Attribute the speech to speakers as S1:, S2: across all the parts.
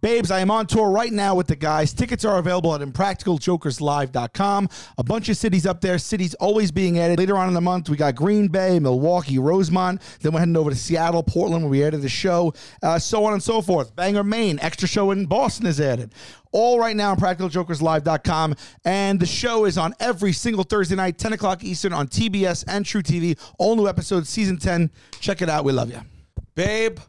S1: Babes, I am on tour right now with the guys. Tickets are available at impracticaljokerslive.com. A bunch of cities up there, cities always being added. Later on in the month, we got Green Bay, Milwaukee, Rosemont. Then we're heading over to Seattle, Portland, where we added a show, uh, so on and so forth. Bangor, Maine, extra show in Boston is added all right now on practicaljokerslive.com. And the show is on every single Thursday night, 10 o'clock Eastern on TBS and True TV. All new episodes, season 10. Check it out. We love you.
S2: Babe,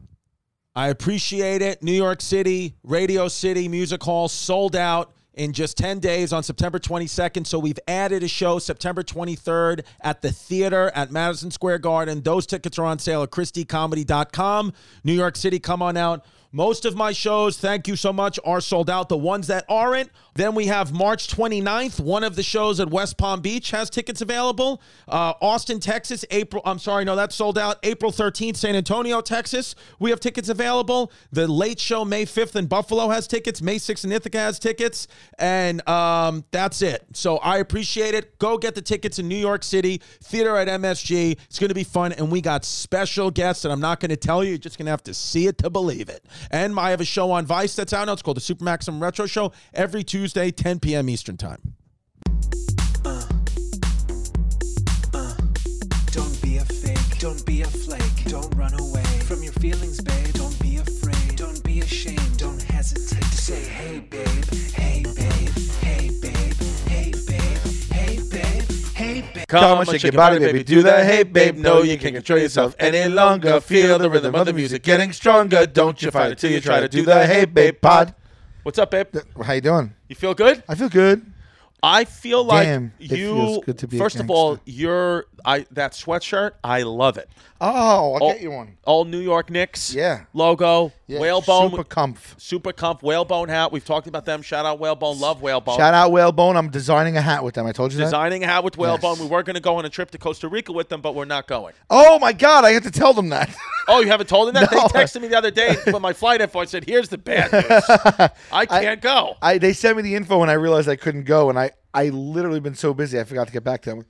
S2: I appreciate it. New York City, Radio City Music Hall sold out in just 10 days on September 22nd. So we've added a show September 23rd at the theater at Madison Square Garden. Those tickets are on sale at christiecomedy.com. New York City, come on out. Most of my shows, thank you so much, are sold out. The ones that aren't, then we have March 29th. One of the shows at West Palm Beach has tickets available. Uh, Austin, Texas, April, I'm sorry, no, that's sold out. April 13th, San Antonio, Texas, we have tickets available. The late show, May 5th in Buffalo, has tickets. May 6th in Ithaca has tickets. And um, that's it. So I appreciate it. Go get the tickets in New York City, theater at MSG. It's going to be fun. And we got special guests, and I'm not going to tell you. You're just going to have to see it to believe it. And I have a show on Vice that's out now. It's called the Super Maximum Retro Show every Tuesday, 10 p.m. Eastern Time.
S3: Don't be a fake, don't be a flake, don't run away from your feelings, babe. Don't be afraid, don't be ashamed, don't hesitate to say, hey, babe, hey, babe, hey, babe, hey, babe, hey, babe, hey, babe.
S4: Come and shake your body, baby, do that. Hey, babe, no, you can't control yourself any longer. Feel the rhythm of the music getting stronger. Don't you fight it till you try to do that. Hey, babe, pod. What's up, babe?
S1: How you doing?
S4: You feel good?
S1: I feel good.
S4: I feel like
S1: Damn, it
S4: you.
S1: feels good to be a
S4: first of
S1: gangster.
S4: all, you're I that sweatshirt. I love it.
S1: Oh, I'll
S4: All-
S1: get you one.
S4: All New York Knicks.
S1: Yeah.
S4: Logo.
S1: Yeah,
S4: whalebone.
S1: Super comf.
S4: super comp. Whalebone hat. We've talked about them. Shout out whalebone. Love whalebone.
S1: Shout out Whalebone. I'm designing a hat with them. I told you that.
S4: Designing a hat with whalebone.
S1: Yes.
S4: We were going to go on a trip to Costa Rica with them, but we're not going.
S1: Oh my God, I have to tell them that.
S4: Oh, you haven't told them that?
S1: No.
S4: They texted me the other day when my flight info. I said, "Here's the bad news. I can't go."
S1: I they sent me the info and I realized I couldn't go, and I I literally been so busy I forgot to get back to them.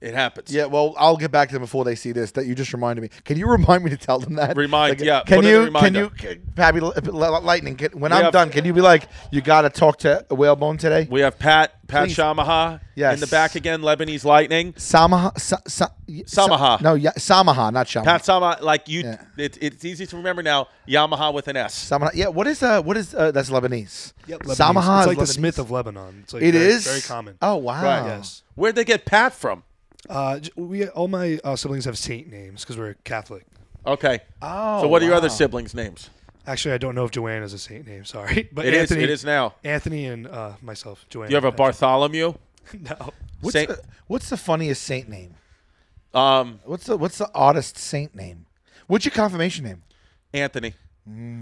S4: It happens.
S1: Yeah, well, I'll get back to them before they see this. That you just reminded me. Can you remind me to tell them that?
S4: Remind- yeah,
S1: Can
S4: put in the
S1: you? Can
S4: reminder.
S1: you? Can, Pappy L- L- Lightning. Can, when
S4: We
S1: I'm
S4: have-
S1: done, can you be like, you got to talk to Whalebone today?
S4: We have Pat Pat
S1: Please.
S4: Shamaha in
S1: Yes.
S4: the back again. Lebanese Lightning.
S1: Samaha. Sa, sa, y- sa-
S4: Samaha.
S1: no, yeah, Samaha, not Shamaha.
S4: Pat Shamaha. Like you,
S1: Yeah.
S4: it, it's easy to remember now. Yamaha with an S.
S1: Samaha. Yeah. What is uh? What is uh? That's Lebanese.
S5: Yep, Lebanese.
S1: Samaha.
S5: It's
S1: is
S5: like the
S1: Lebanese.
S5: Smith of Lebanon. It's like
S1: It
S5: very,
S1: is?
S5: very common.
S1: Oh wow.
S4: Right.
S5: yes.
S4: Where'd they get Pat from?
S5: Uh, j- we all my uh, siblings have saint names because we're Catholic.
S4: Okay.
S1: Oh,
S4: So what are your other
S1: wow.
S4: siblings' names?
S5: Actually, I don't know if Joanne is a saint name. Sorry, but
S4: It is.
S5: Anthony,
S4: It is now.
S5: Anthony and uh, myself, Joanne.
S4: You have a Bartholomew.
S5: no.
S1: What's
S4: Saint-
S1: the, what's the funniest saint name?
S4: Um,
S1: What's the What's the oddest saint name? What's your confirmation name?
S4: Anthony.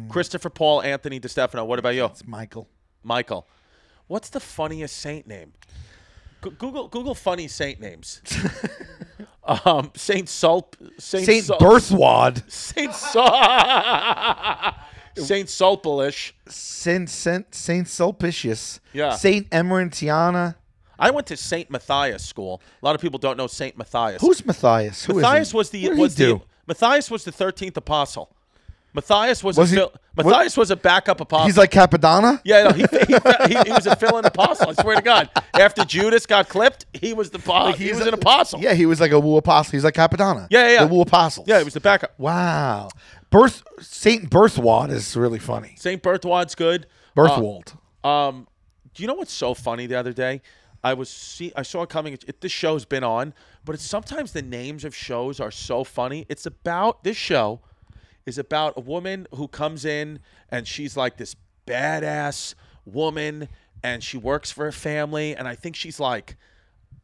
S4: Christopher Paul Anthony DiStefano. What about you?
S1: Mm. It's Michael.
S4: Michael. What's the funniest saint name? Go- Google Google funny saint names. um, Saint Sulp. Saint,
S1: Saint
S4: Sul-
S1: Berthwad.
S4: Saint Sul- Saint Sulpilish.
S1: Saint Saint Saint Sulpicius.
S4: Yeah.
S1: Saint Emerentiana.
S4: I went to Saint Matthias school. A lot of people don't know Saint Matthias.
S1: Who's Matthias? Who is
S4: Matthias?
S1: he?
S4: Was the
S1: What did
S4: was
S1: he
S4: the
S1: do?
S4: Matthias was the thirteenth apostle. Matthias was,
S1: Was
S4: a
S1: he-
S4: Phil,
S1: what-
S4: Matthias was a backup apostle.
S1: He's like Capadonna.
S4: Yeah, no, he, he, he, he was a fill-in apostle. I swear to God. After Judas got clipped, he was the apostle. he was an apostle.
S1: Yeah, he was like a woo apostle. He's like Capadonna.
S4: Yeah, yeah, yeah.
S1: The woo apostles.
S4: yeah, he was the backup.
S1: Wow. Birth Saint Berthwad is really funny.
S4: Saint Berthwad's good.
S1: Berthwald.
S4: Uh, um, do you know what's so funny? The other day, I was see I saw it coming. It, this show's been on, but it's sometimes the names of shows are so funny. It's about this show is about a woman who comes in and she's like this badass woman, and she works for a family, and I think she's like.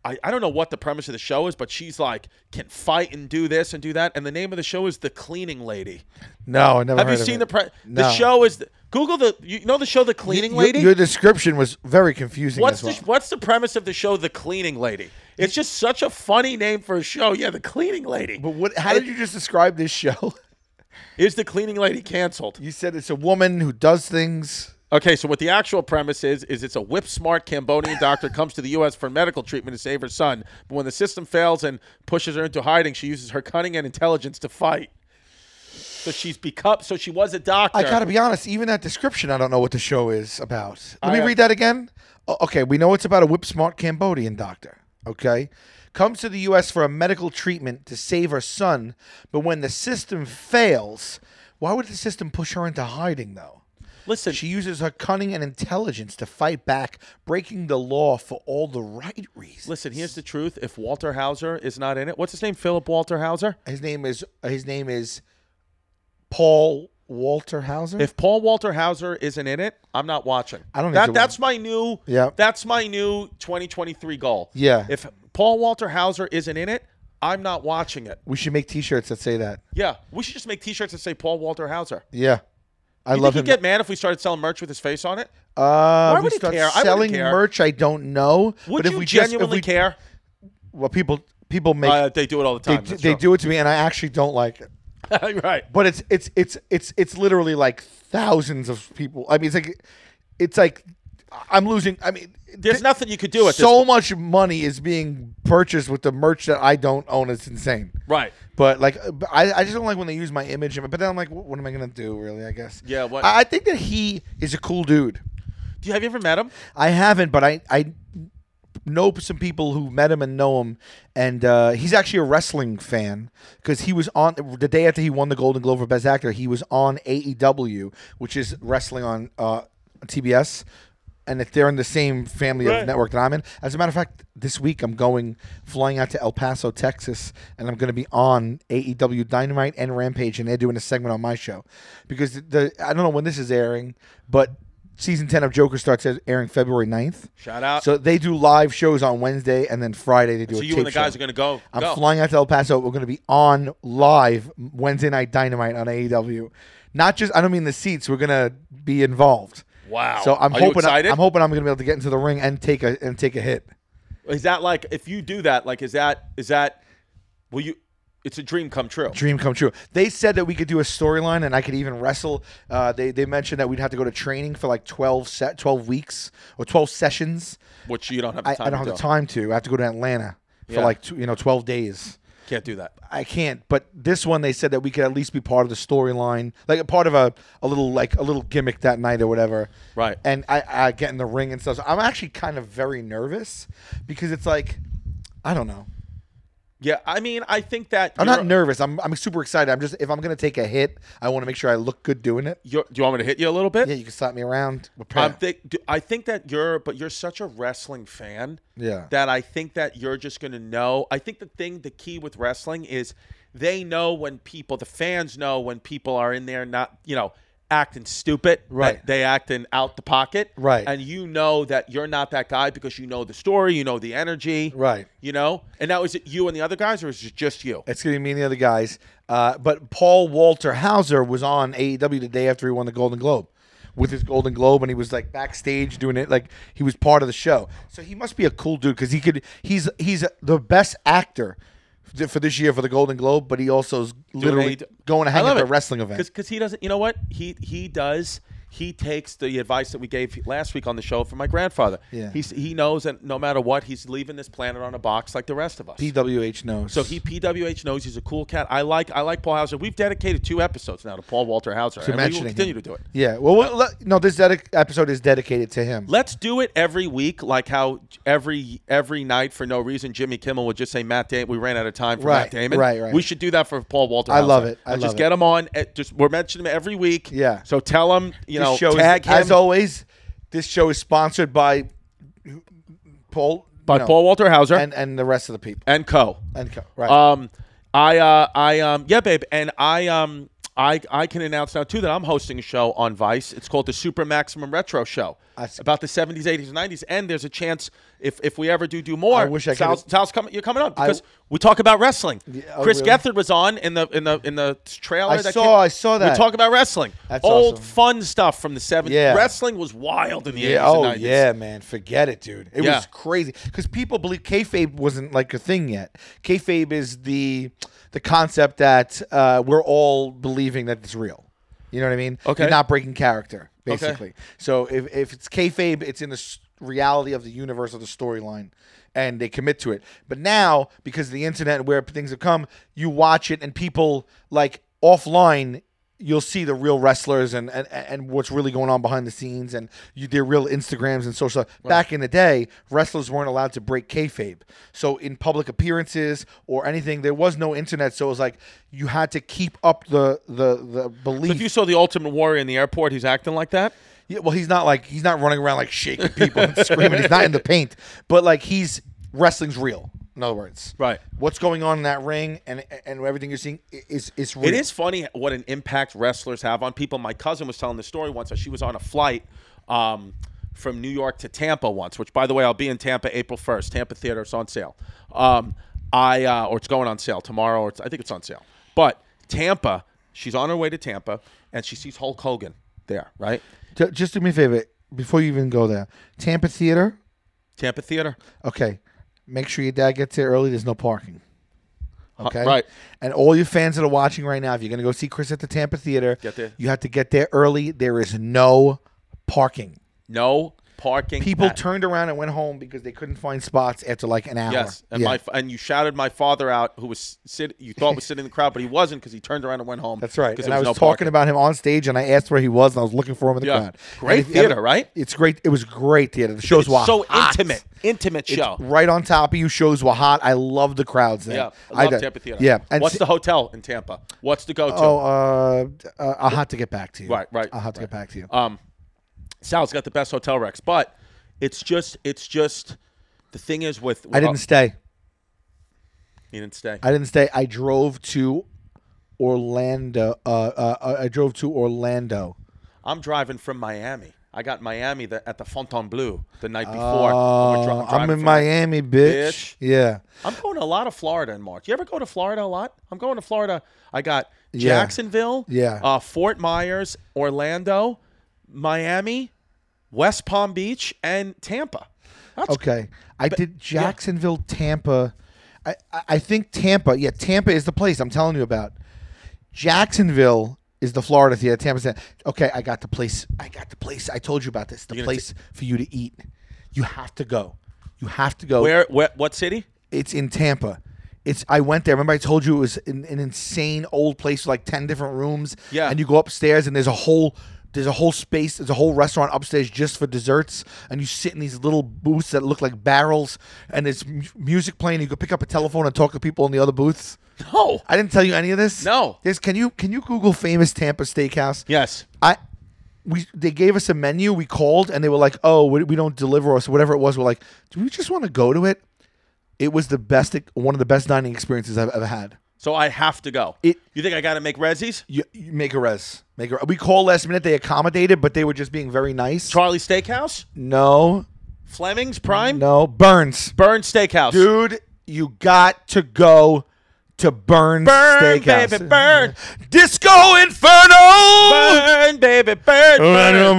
S4: I, I don't know what the premise of the show is, but she's like can fight and do this and do that. And the name of the show is The Cleaning Lady.
S1: no, I never.
S4: Have you
S1: heard of
S4: seen the
S1: it.
S4: pre-
S1: No.
S4: the show is Google the you know the show The Cleaning
S1: Your-
S4: Lady?
S1: Your description was very confusing.
S4: what's
S1: as well.
S4: the what's the premise of the show The Cleaning Lady? It's just such a funny name for a show. Yeah, The Cleaning Lady.
S1: But what? How did you just describe this show?
S4: Is The Cleaning Lady canceled?
S1: You said it's a woman who does things.
S4: Okay, so what the actual premise is is it's a whip smart Cambodian doctor comes to the U.S. for medical treatment to save her son, but when the system fails and pushes her into hiding, she uses her cunning and intelligence to fight. So she's become. So she was a doctor.
S6: I gotta be honest. Even that description, I don't know what the show is about.
S4: I,
S6: Let me
S4: uh,
S6: read that again. O- Okay, we know it's about a whip smart Cambodian doctor. Okay, comes to the U.S. for a medical treatment to save her son, but when the system fails, why would the system push her into hiding though?
S4: Listen,
S6: She uses her cunning and intelligence to fight back, breaking the law for all the right reasons.
S4: listen. Here's the truth. If Walter Hauser is not in it, what's his name? Philip Walter Hauser.
S6: His name is his name is Paul Walter Hauser.
S4: If Paul Walter Hauser isn't in it, I'm not watching.
S6: I don't
S4: That,
S6: think so.
S4: that's my new.
S6: Yeah.
S4: That's my new 2023 goal.
S6: Yeah.
S4: If Paul Walter Hauser isn't in it, I'm not watching it.
S6: we should make T-shirts that say that.
S4: Yeah. We should just make T-shirts that say Paul Walter Hauser.
S6: Yeah, I
S4: You
S6: love
S4: think
S6: him.
S4: he'd get mad if we started selling merch with his face on it?
S6: Uh,
S4: Why would
S6: if we
S4: he
S6: start
S4: care? I wouldn't
S6: selling
S4: care.
S6: merch. I don't know.
S4: Would
S6: but if
S4: you
S6: we just- if
S4: genuinely
S6: we-
S4: care?
S6: Well, people people make
S4: Uh, they do it all the
S6: they,
S4: time.
S6: d- they do it to me, and I actually don't like it.
S4: do. right.
S6: But it's it's it's it's it's literally like thousands of people. I mean, it's like it's like I'm losing. I mean,
S4: There's
S6: th-
S4: nothing you could do at this.
S6: so much money is being purchased with the merch that I don't own. It's insane.
S4: Right.
S6: But like, uh, but I, I just don't like when they use my image. But then I'm like, what, what am I gonna do? Really, I guess.
S4: Yeah, what-
S6: I, I think that he is a cool dude.
S4: Do you have you ever met him?
S6: I haven't, but I I know some people who met him and know him, and uh, he's actually a wrestling fan because he was on the day after he won the Golden Globe for Best Actor. He was on AEW, which is wrestling on uh, TBS. And if they're in the same family of network that I'm in, as a matter of fact, this week I'm going flying out to El Paso, Texas, and I'm going to be on AEW Dynamite and Rampage, and they're doing a segment on my show because the, the I don't know when this is airing, but season 10 of Joker starts airing February 9th.
S4: Shout out.
S6: So they do live shows on Wednesday and then Friday they do
S4: Uh, So
S6: a
S4: you and the
S6: tape
S4: guys
S6: show.
S4: are gonna go.
S6: I'm
S4: go.
S6: flying out to El Paso. We're going to be on live Wednesday night Dynamite on AEW. Not just I don't mean the seats. We're going to be involved.
S4: Wow.
S6: So I'm
S4: Are you
S6: hoping
S4: excited?
S6: I'm hoping I'm going to be able to get into the ring and take a and take a hit.
S4: Is that like if you do that? Like is that is that? Will you? It's a dream come true.
S6: Dream come true. They said that we could do a storyline and I could even wrestle. Uh, they they mentioned that we'd have to go to training for like 12 set 12 weeks or 12 sessions.
S4: Which you don't have the
S6: I,
S4: time.
S6: I don't
S4: to
S6: have the
S4: do.
S6: time to. I have to go to Atlanta for
S4: Yeah.
S6: like two, you know 12 days.
S4: Can't do that.
S6: I can't. But this one, they said that we could at least be part of the storyline, like a part of a, a little like a little gimmick that night or whatever.
S4: Right.
S6: And I, I get in the ring and stuff. So I'm actually kind of very nervous because it's like, I don't know.
S4: Yeah. I mean, I think that
S6: I'm
S4: you're-
S6: not nervous. I'm I'm super excited. I'm just if I'm gonna take a hit, I want to make sure I look good doing it.
S4: you're- do you want me to hit you a little bit?
S6: Yeah, you can slap me around. with
S4: I'm
S6: prayer.
S4: think, d- I think that you're, but you're such a wrestling fan.
S6: Yeah.
S4: That I think that you're just going to know. I think the thing, the key with wrestling is they know when people, the fans know when people are in there not, you know, acting stupid. that
S6: Right.
S4: They acting out the pocket.
S6: Right.
S4: And you know that you're not that guy because you know the story, you know the energy.
S6: Right.
S4: You know? And now is it you and the other guys or is it just you?
S6: It's going to be me and the other guys. Uh, but Paul Walter Hauser was on AEW the day after he won the Golden Globe with his Golden Globe, and he was like backstage doing it, like he was part of the show. So he must be a cool dude because he could. He's he's the best actor th- for this year for the Golden Globe, but he also is literally
S4: Doing a- E
S6: going to hang
S4: I
S6: at
S4: love
S6: the
S4: it.
S6: wrestling event.
S4: because he doesn't. You know what he he does. He takes the advice that we gave last week on the show from my grandfather.
S6: Yeah.
S4: He's, he knows that no matter what, he's leaving this planet on a box like the rest of us.
S6: PWH knows.
S4: so he PWH knows he's a cool cat. I like I like Paul Hauser. We've dedicated two episodes now to Paul Walter Hauser, and we will
S6: mentioning
S4: continue
S6: him.
S4: to do it.
S6: Yeah. Well, we'll let- no, this dedic- episode is dedicated to him.
S4: Let's do it every week, like how every every night for no reason Jimmy Kimmel would just say Matt Damon. We ran out of time for
S6: Right,
S4: Matt Damon.
S6: right, right.
S4: We should do that for Paul Walter.
S6: I
S4: Hauser.
S6: love it. I
S4: And
S6: love
S4: just
S6: it.
S4: get him on. eh, Just we're mentioning him every week.
S6: Yeah.
S4: So tell him, you
S6: This
S4: know,
S6: show is-
S4: tag him
S6: as always. This show is sponsored by Paul.
S4: by
S6: no,
S4: Paul Walter Hauser and,
S6: and and the rest of the people
S4: Co.
S6: and co- right.
S4: Um, I uh, I um, yeah, babe, and I um, I I can announce now too that I'm hosting a show on Vice. It's called the Super Maximum Retro Show.
S6: I see.
S4: About the 70s, 80s, and 90s, and there's a chance if if we ever do do more.
S6: I wish I
S4: Sal's-
S6: could've-
S4: Sal's coming. You're coming on because we talk about wrestling.
S6: oh,
S4: Chris
S6: really?
S4: Gethard was on in the in the in the trailer.
S6: I
S4: that
S6: saw-
S4: came-
S6: I saw that.
S4: We talk about wrestling.
S6: That's
S4: Old
S6: awesome.
S4: fun stuff from the 70s.
S6: Yeah.
S4: Wrestling was wild in the 80s.
S6: yeah, oh
S4: and 90s.
S6: yeah, man, forget it, dude. It
S4: Yeah.
S6: was crazy because people believe kayfabe wasn't like a thing yet. Kayfabe is the the concept that uh, we're all believing that it's real. You know what I mean?
S4: Okay.
S6: You're not breaking character, basically. So if, if it's kayfabe, it's in the s- reality of the universe of the storyline, and they commit to it. But now, because of the internet and where things have come, you watch it, and people like offline you'll see the real wrestlers and, and, and what's really going on behind the scenes and you, their real Instagrams and social. Back in the day, wrestlers weren't allowed to break kayfabe. So in public appearances or anything, there was no internet. So it was like you had to keep up the the the belief.
S4: If you saw the Ultimate Warrior in the airport, he's acting like that.
S6: Yeah, well, he's not like he's not running around like shaking people and screaming. He's not in the paint, but like he's wrestling's real. In other words,
S4: Right.
S6: What's going on in that ring and and everything you're seeing i- is is real.
S4: It is funny what an impact wrestlers have on people. My cousin was telling the story once. that She was on a flight um, from New York to Tampa once, which, by the way, I'll be in Tampa April 1st. Tampa Theater, it's on sale. Um, I uh, Or it's going on sale tomorrow, or it's, I think it's on sale. But Tampa, she's on her way to Tampa, and she sees Hulk Hogan there, right?
S6: Ju- Just do me a favor before you even go there. Tampa Theater.
S4: Tampa Theater.
S6: Okay, make sure your dad gets there early. There's no parking. Okay.
S4: right.
S6: And all your fans that are watching right now, if you're going to go see Chris at the Tampa Theater,
S4: Get there.
S6: you have to get there early. There is no parking.
S4: No parking.
S6: People
S4: at-
S6: turned around and went home because they couldn't find spots after like an hour.
S4: Yes, and
S6: Yeah.
S4: my and you shouted my father out, who was sit. You thought was sitting in the crowd, but he wasn't because he turned around and went home.
S6: That's right.
S4: 'cause
S6: And
S4: there
S6: I was
S4: no
S6: talking
S4: parking.
S6: about him on stage, and I asked where he was, and I was looking for him in the
S4: Yeah.
S6: crowd.
S4: Great
S6: And if-
S4: theater, right?
S6: It's great. It was great theater. The shows
S4: It's
S6: were
S4: so
S6: hot.
S4: intimate, intimate
S6: It's
S4: show.
S6: right on top of you. Shows were hot. I love the crowds there.
S4: Yeah, I love
S6: did-
S4: Tampa Theater.
S6: Yeah. And
S4: what's
S6: s-
S4: the hotel in Tampa? What's the go-to?
S6: Oh, uh, uh, I'll have to get back to you.
S4: Right, right,
S6: I'll have to
S4: right.
S6: get back to you.
S4: Um, Sal's got the best hotel recs, but it's just, it's just the thing is with
S6: I didn't stay.
S4: you didn't stay.
S6: I didn't stay. I drove to Orlando. Uh, uh, uh, I drove to Orlando.
S4: I'm driving from Miami. I got Miami the, at the Fontainebleau the night before. we're dri-
S6: Uh,
S4: driving
S6: I'm in
S4: from-
S6: Miami,
S4: Bitch.
S6: bitch. Yeah.
S4: I'm going to a lot of Florida in March. You ever go to Florida a lot? I'm going to Florida. I got
S6: Yeah.
S4: Jacksonville,
S6: Yeah.
S4: uh, Fort Myers, Orlando, Miami, West Palm Beach, and Tampa. That's
S6: Okay. I did Jacksonville, Tampa. I, I I think Tampa. Yeah, Tampa is the place I'm telling you about. Jacksonville is the Florida theater. Tampa's the- okay. I got the place. I got the place. I told you about this. The
S4: You're gonna
S6: place for you to eat. You have to go. You have to go.
S4: Where, where? What city?
S6: It's in Tampa. It's. I went there. Remember, I told you it was in, an insane old place with like ten different rooms.
S4: Yeah.
S6: And you go upstairs, and there's a whole. There's a whole space. There's a whole restaurant upstairs just for desserts, and you sit in these little booths that look like barrels, and there's mu- music playing. You could pick up a telephone and talk to people in the other booths.
S4: No.
S6: I didn't tell you any of this.
S4: No.
S6: There's, can you can you Google famous Tampa steakhouse?
S4: Yes.
S6: I we they gave us a menu. We called and they were like, "Oh, we, we don't deliver us whatever it was." We're like, "Do we just want to go to it?" It was the best, one of the best dining experiences I've ever had.
S4: So I have to go.
S6: It-
S4: you think I got to make resis?
S6: You, you make a res, make a. We called last minute. They accommodated, but they were just being very nice.
S4: Charlie Steakhouse,
S6: no,
S4: Fleming's Prime,
S6: no, Burns,
S4: Burn Steakhouse.
S6: dude, you got to go to Burns
S4: Burn,
S6: Steakhouse.
S4: baby, burn.
S6: Disco Inferno.
S4: Burn, baby, burn. burn, burn.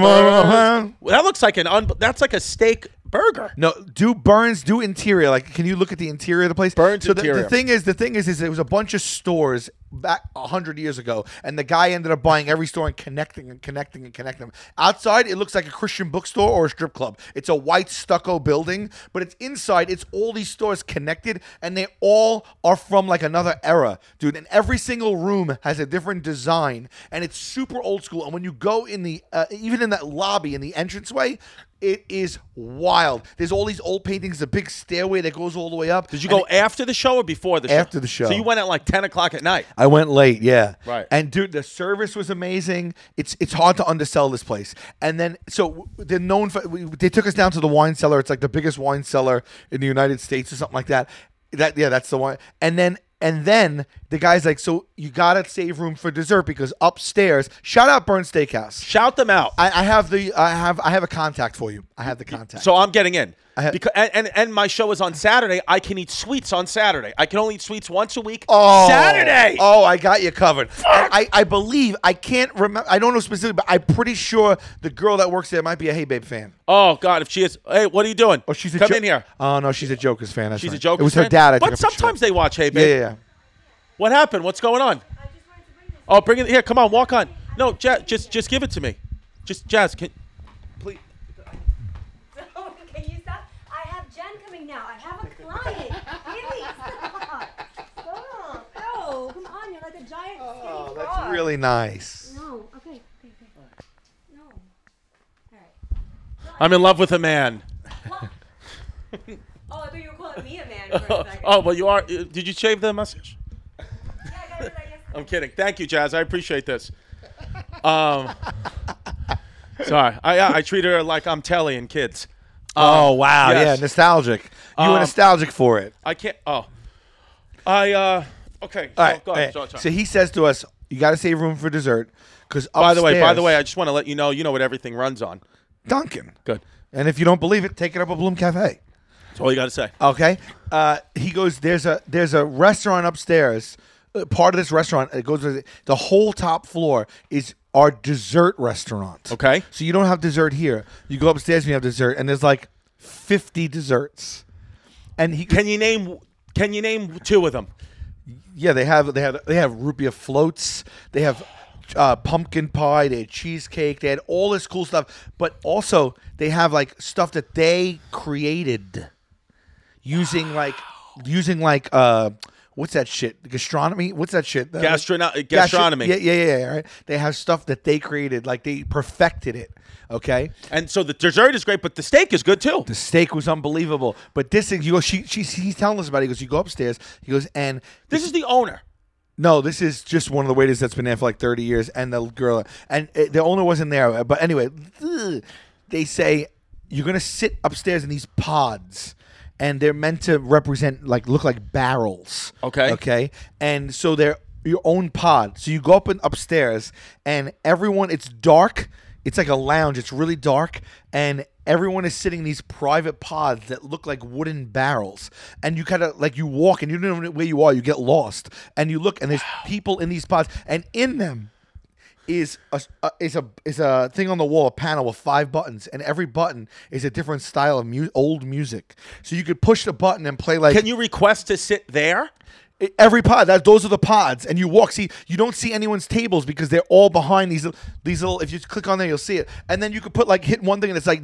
S6: Burn.
S4: Well, that looks like an un- that's like a steak burger.
S6: No, do Burns do interior? Like, can you look at the interior of the place?
S4: Burns
S6: so the,
S4: interior.
S6: The thing is, the thing is, is it was a bunch of stores back hundred years ago, and the guy ended up buying every store and connecting and connecting and connecting them. Outside, it looks like a Christian bookstore or a strip club. It's a white stucco building, but it's inside. It's all these stores connected, and they all are from like another era, dude. And every single room has a different design, and it's super old school. And when you go in the, uh, even in that lobby in the entranceway. It is wild. There's all these old paintings, a big stairway that goes all the way up.
S4: Did you
S6: and
S4: go after the show or before the show?
S6: After the show.
S4: So you went at like 10 o'clock at night.
S6: I went late, yeah.
S4: Right.
S6: And dude, the service was amazing. It's it's hard to undersell this place. And then so w- they're known for. We, they took us down to the wine cellar. It's like the biggest wine cellar in the United States or something like that. That yeah, that's the one. And then and then the guy's like, so you gotta save room for dessert because upstairs. Shout out Burn Steakhouse.
S4: Shout them out.
S6: I, I have the I have I have a contact for you. I have the contact.
S4: so I'm getting in.
S6: ha-
S4: because and, and and my show is on Saturday. I can eat sweets on Saturday. I can only eat sweets once a week.
S6: Oh,
S4: Saturday.
S6: Oh, I got you covered. And I, I believe I can't remember. I don't know specifically, but I'm pretty sure the girl that works there might be a Hey Babe fan.
S4: Oh, God, if she is, hey, what are you doing?
S6: Oh, she's a
S4: come
S6: Jo-
S4: in here.
S6: Oh no, she's a Joker's fan. that's
S4: She's a
S6: right.
S4: joke.
S6: It was her dad. I took
S4: but
S6: a picture of.
S4: sometimes they watch. Hey,
S6: Yeah,
S4: babe,
S6: yeah, yeah.
S4: what happened? What's going on?
S7: I just wanted to bring this.
S4: Oh, bring it here. Come on, walk on. No, Jazz, just just give it to me. Just Jazz, can please.
S7: Oh, can you stop? I have Jen coming now. I have a client. really? Stop. Stop. Oh, come on. You're like a giant skinny
S6: Oh,
S7: frog. Oh,
S6: that's really nice.
S7: No,
S4: I'm in love with a man.
S7: Oh, I thought you were calling me a man for a second.
S4: Oh, well, you are. uh, Did you shave the mustache?
S7: Yeah, I got rid of that yesterday.
S4: I'm kidding. Thank you, Jazz. I appreciate this. Um, sorry, I- I I treat her like I'm Telly and kids.
S6: Oh wow,
S4: yes.
S6: yeah, nostalgic. You were
S4: Um,
S6: nostalgic for it.
S4: I can't. Oh, I. uh Okay.
S6: All
S4: so,
S6: right.
S4: go
S6: all
S4: ahead,
S6: right.
S4: sorry, sorry.
S6: So he says to us, "You got to save room for dessert." Because
S4: by the way, by the way, I just want to let you know. You know what everything runs on.
S6: Duncan.
S4: Good.
S6: And if you don't believe it, take it up a Bloom Cafe.
S4: That's all you got to say.
S6: Okay. Uh, he goes. There's a there's a restaurant upstairs. Uh, part of this restaurant it goes. with- The whole top floor is our dessert restaurant.
S4: Okay.
S6: So you don't have dessert here. You go upstairs and you have dessert, and there's like fifty desserts. And he
S4: Can you name? Can you name two of them?
S6: Yeah, they have they have they have rupia floats. They have uh, pumpkin pie. They had cheesecake. They had all this cool stuff. But also they have like stuff that they created using like using like uh what's that shit gastronomy what's that shit Uh,
S4: Gastrono-
S6: gastro-
S4: gastronomy.
S6: yeah, yeah yeah yeah right they have stuff that they created like they perfected it okay
S4: And so the dessert is great, but the steak is good too.
S6: the steak was unbelievable but this thing you go she, she he's telling us about it. he goes you go upstairs he goes and
S4: This is the owner.
S6: No, this is just one of the waiters that's been there for like 30 years, and the girl, and uh, the owner wasn't there. But anyway, ugh, they say you're gonna sit upstairs in these pods, and they're meant to represent like look like barrels.
S4: Okay.
S6: Okay. And so they're your own pod. So you go up and upstairs, and everyone, it's dark. It's like a lounge. It's really dark, and everyone is sitting in these private pods that look like wooden barrels. And you kind of like you walk, and you don't know where you are. You get lost, and you look, and there's people in these pods, and in them is a, a is a is a thing on the wall, a panel with five buttons, and every button is a different style of mu- old music. So you could push the button and play like
S4: Can you request to sit there?
S6: I- Every pod, that those are the pods, and you walk. See, you don't see anyone's tables because they're all behind these little- these little. If you click on there, you'll see it. And then you could put like hit one thing, and it's like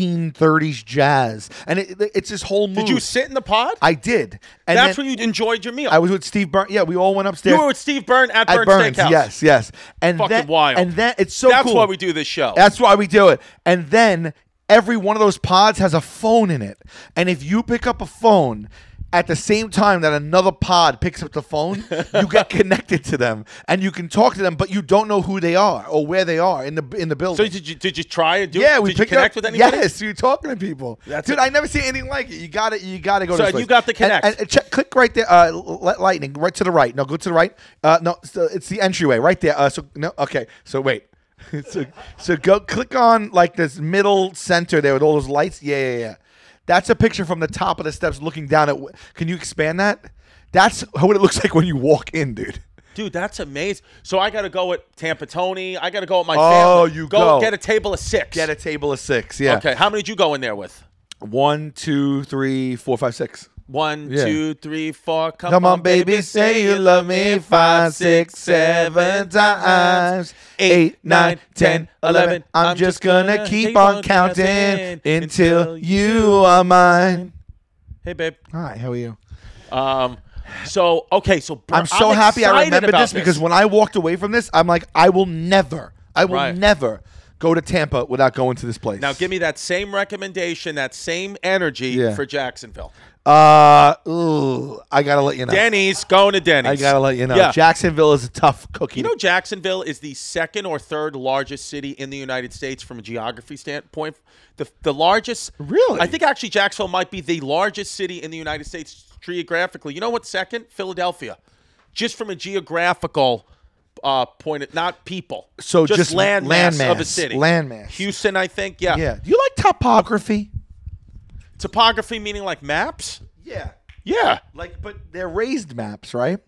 S6: 1930s jazz, and it, it- it's this whole. Mood.
S4: Did you sit in the pod?
S6: I did. And
S4: That's
S6: then
S4: where you enjoyed your meal.
S6: I was with Steve Byrne. Yeah, we all went upstairs.
S4: you were with Steve Byrne at,
S6: at
S4: Byrne
S6: Burns.
S4: Steakhouse.
S6: Yes, yes. And
S4: Fucking
S6: then,
S4: wild.
S6: And then it's so
S4: That's
S6: cool.
S4: why we do this show.
S6: That's why we do it. And then every one of those pods has a phone in it. And if you pick up a phone at the same time that another pod picks up the phone, you get connected to them and you can talk to them, but you don't know who they are or where they are in the in the building.
S4: so did you did you try and do?
S6: yeah, we
S4: did you
S6: picked
S4: connect
S6: up,
S4: with anybody?
S6: Yes, you're talking to people.
S4: That's
S6: Dude,
S4: it.
S6: I never see anything like it. You got it. You got to go.
S4: So
S6: to this
S4: you
S6: place.
S4: got the
S6: And-
S4: connect.
S6: And, check, click right there. Uh, li- li- lightning, right to the right. No, go to the right. Uh, no, so it's the entryway right there. Uh, so no, okay. So wait. so, so go click on like this middle center there with all those lights. Yeah, yeah, yeah. That's a picture from the top of the steps looking down at. w- Can you expand that? That's how what it looks like when you walk in, dude.
S4: Dude, that's amazing. So I got to go at Tampa Tony. I got to go at my
S6: Oh,
S4: family.
S6: you go.
S4: get a table of six.
S6: Get a table of six. Yeah.
S4: Okay, how many did you go in there with?
S6: One, two, three, four, five, six.
S4: One,
S6: Yeah.
S4: two, three, four. Come,
S6: Come on, baby, say you love me five, six, seven times. Eight, nine, ten, eleven. I'm just gonna keep on counting until you are mine.
S4: Hey, babe.
S6: Hi, how are you?
S4: Um. So okay. So bro,
S6: I'm so happy I
S4: excited
S6: remembered
S4: about
S6: this because when I walked away from this, I'm like, I will never, I will
S4: Right.
S6: never go to Tampa without going to this place.
S4: now give me that same recommendation, that same energy
S6: Yeah.
S4: for Jacksonville.
S6: Uh, ooh, I gotta let you know.
S4: Denny's going to Denny's.
S6: I gotta let you know.
S4: Yeah.
S6: Jacksonville is a tough cookie.
S4: You know, Jacksonville is the second or third largest city in the United States from a geography standpoint. The, the largest.
S6: Really?
S4: I think actually Jacksonville might be the largest city in the United States geographically. You know what's second? Philadelphia. Just from a geographical uh, point, of, not people.
S6: So just
S4: land mass
S6: land mass,
S4: of a city.
S6: land mass.
S4: Houston, I think. Yeah.
S6: yeah. Do you like topography?
S4: Topography meaning like maps?
S6: Yeah.
S4: Yeah.
S6: Like, but they're raised maps, right?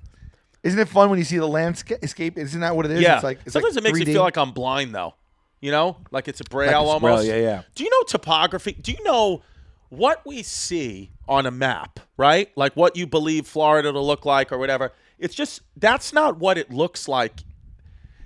S6: Isn't it fun when you see the landscape? Isn't that what it is?
S4: Yeah.
S6: It's like it's
S4: Sometimes it
S6: like
S4: makes
S6: 3D.
S4: me feel like I'm blind, though. You know, like it's a braille
S6: braille,
S4: almost.
S6: yeah, yeah.
S4: Do you know topography? Do you know what we see on a map, right? Like what you believe Florida to look like or whatever. It's just that's not what it looks like.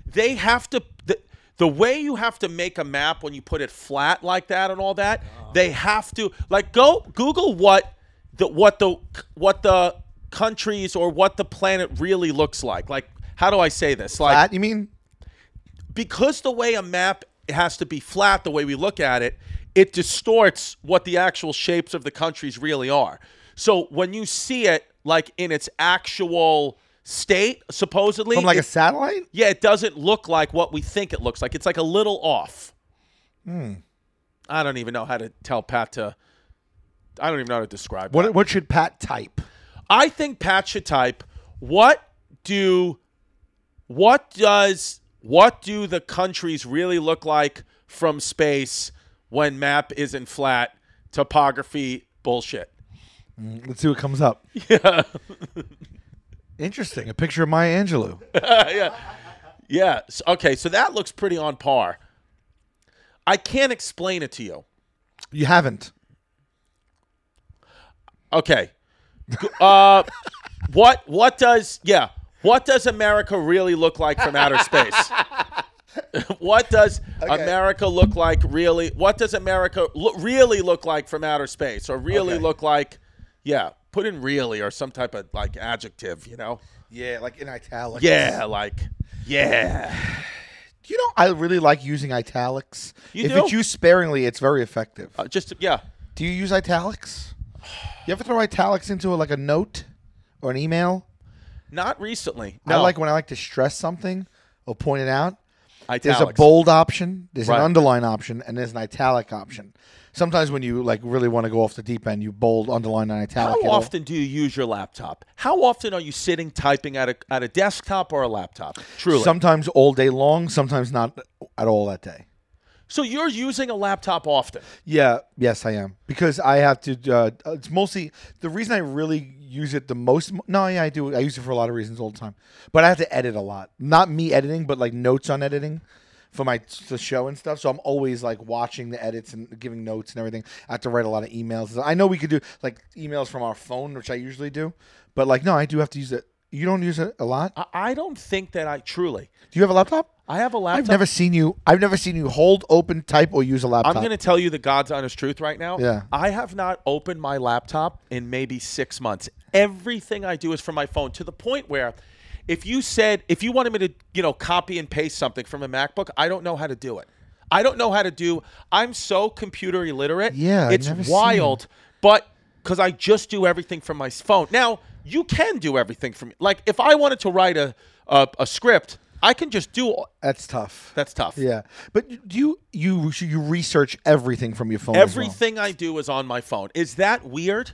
S4: They have to the, the way you have to make a map when you put it flat like that and all that.
S6: Ah.
S4: They have to like go Google what the what the what the countries or what the planet really looks like. Like how do I say this? Like
S6: Flat, you mean?
S4: because the way a map has to be flat, the way we look at it, it distorts what the actual shapes of the countries really are. So when you see it like in its actual state, supposedly,
S6: From like
S4: it-
S6: a satellite?
S4: yeah, it doesn't look like what we think it looks like. It's like a little off.
S6: Hmm.
S4: I don't even know how to tell Pat to. I don't even know how to describe that.
S6: What, what should Pat type?
S4: I think Pat should type what do what does what do the countries really look like from space when map isn't flat topography bullshit.
S6: Let's see what comes up. Yeah. Interesting. A picture of Maya Angelou.
S4: Yeah. s- Okay, so that looks pretty on par. I can't explain it to you.
S6: You haven't.
S4: Okay. G- Uh what what does yeah, what does America really look like from outer space? what does America look like really? What does America lo- really look like from outer space or really look like yeah, put in really or some type of like adjective, you know?
S6: Yeah, like in italics.
S4: Yeah, like yeah.
S6: You know, I really like using italics.
S4: You
S6: if
S4: do?
S6: it's used sparingly, it's very effective.
S4: Uh, just yeah.
S6: Do you use italics? You ever throw italics into like a note or an email?
S4: Not recently.
S6: I like when I like to stress something or point it out.
S4: italics.
S6: There's a bold option, there's
S4: Right.
S6: an underline option, and there's an italic option. Sometimes when you like really want to go off the deep end, you bold, underline, and italic.
S4: How
S6: it all.
S4: often do you use your laptop? How often are you sitting typing at a at a desktop or a laptop? Truly.
S6: Sometimes all day long, sometimes not at all that day.
S4: so you're using a laptop often.
S6: Yeah, yes, I am because I have to. Uh, it's mostly the reason I really use it the most. No, yeah, I do. I use it for a lot of reasons all the time, but I have to edit a lot. Not me editing, but like notes on editing for my the show and stuff. So I'm always like watching the edits and giving notes and everything. I have to write a lot of emails. I know we could do like emails from our phone, which I usually do, but like no, I do have to use it. You don't use it a lot.
S4: I, I don't think that I truly.
S6: Do you have a laptop?
S4: I have a laptop.
S6: I've never seen you. I've never seen you hold, open, type, or use a laptop.
S4: I'm going to tell you the God's honest truth right now.
S6: Yeah.
S4: I have not opened my laptop in maybe six months. Everything I do is from my phone to the point where if you said, if you wanted me to, you know, copy and paste something from a MacBook, I don't know how to do it. I don't know how to do, I'm so computer illiterate.
S6: Yeah, I've
S4: It's
S6: never seen
S4: wild, but because I just do everything from my s- phone. Now, you can do everything from, like, if I wanted to write a, a, a script, I can just do, all-
S6: That's tough.
S4: that's tough.
S6: Yeah, but do you you you research everything from your phone? as well?
S4: Everything I do is on my phone. Is that weird?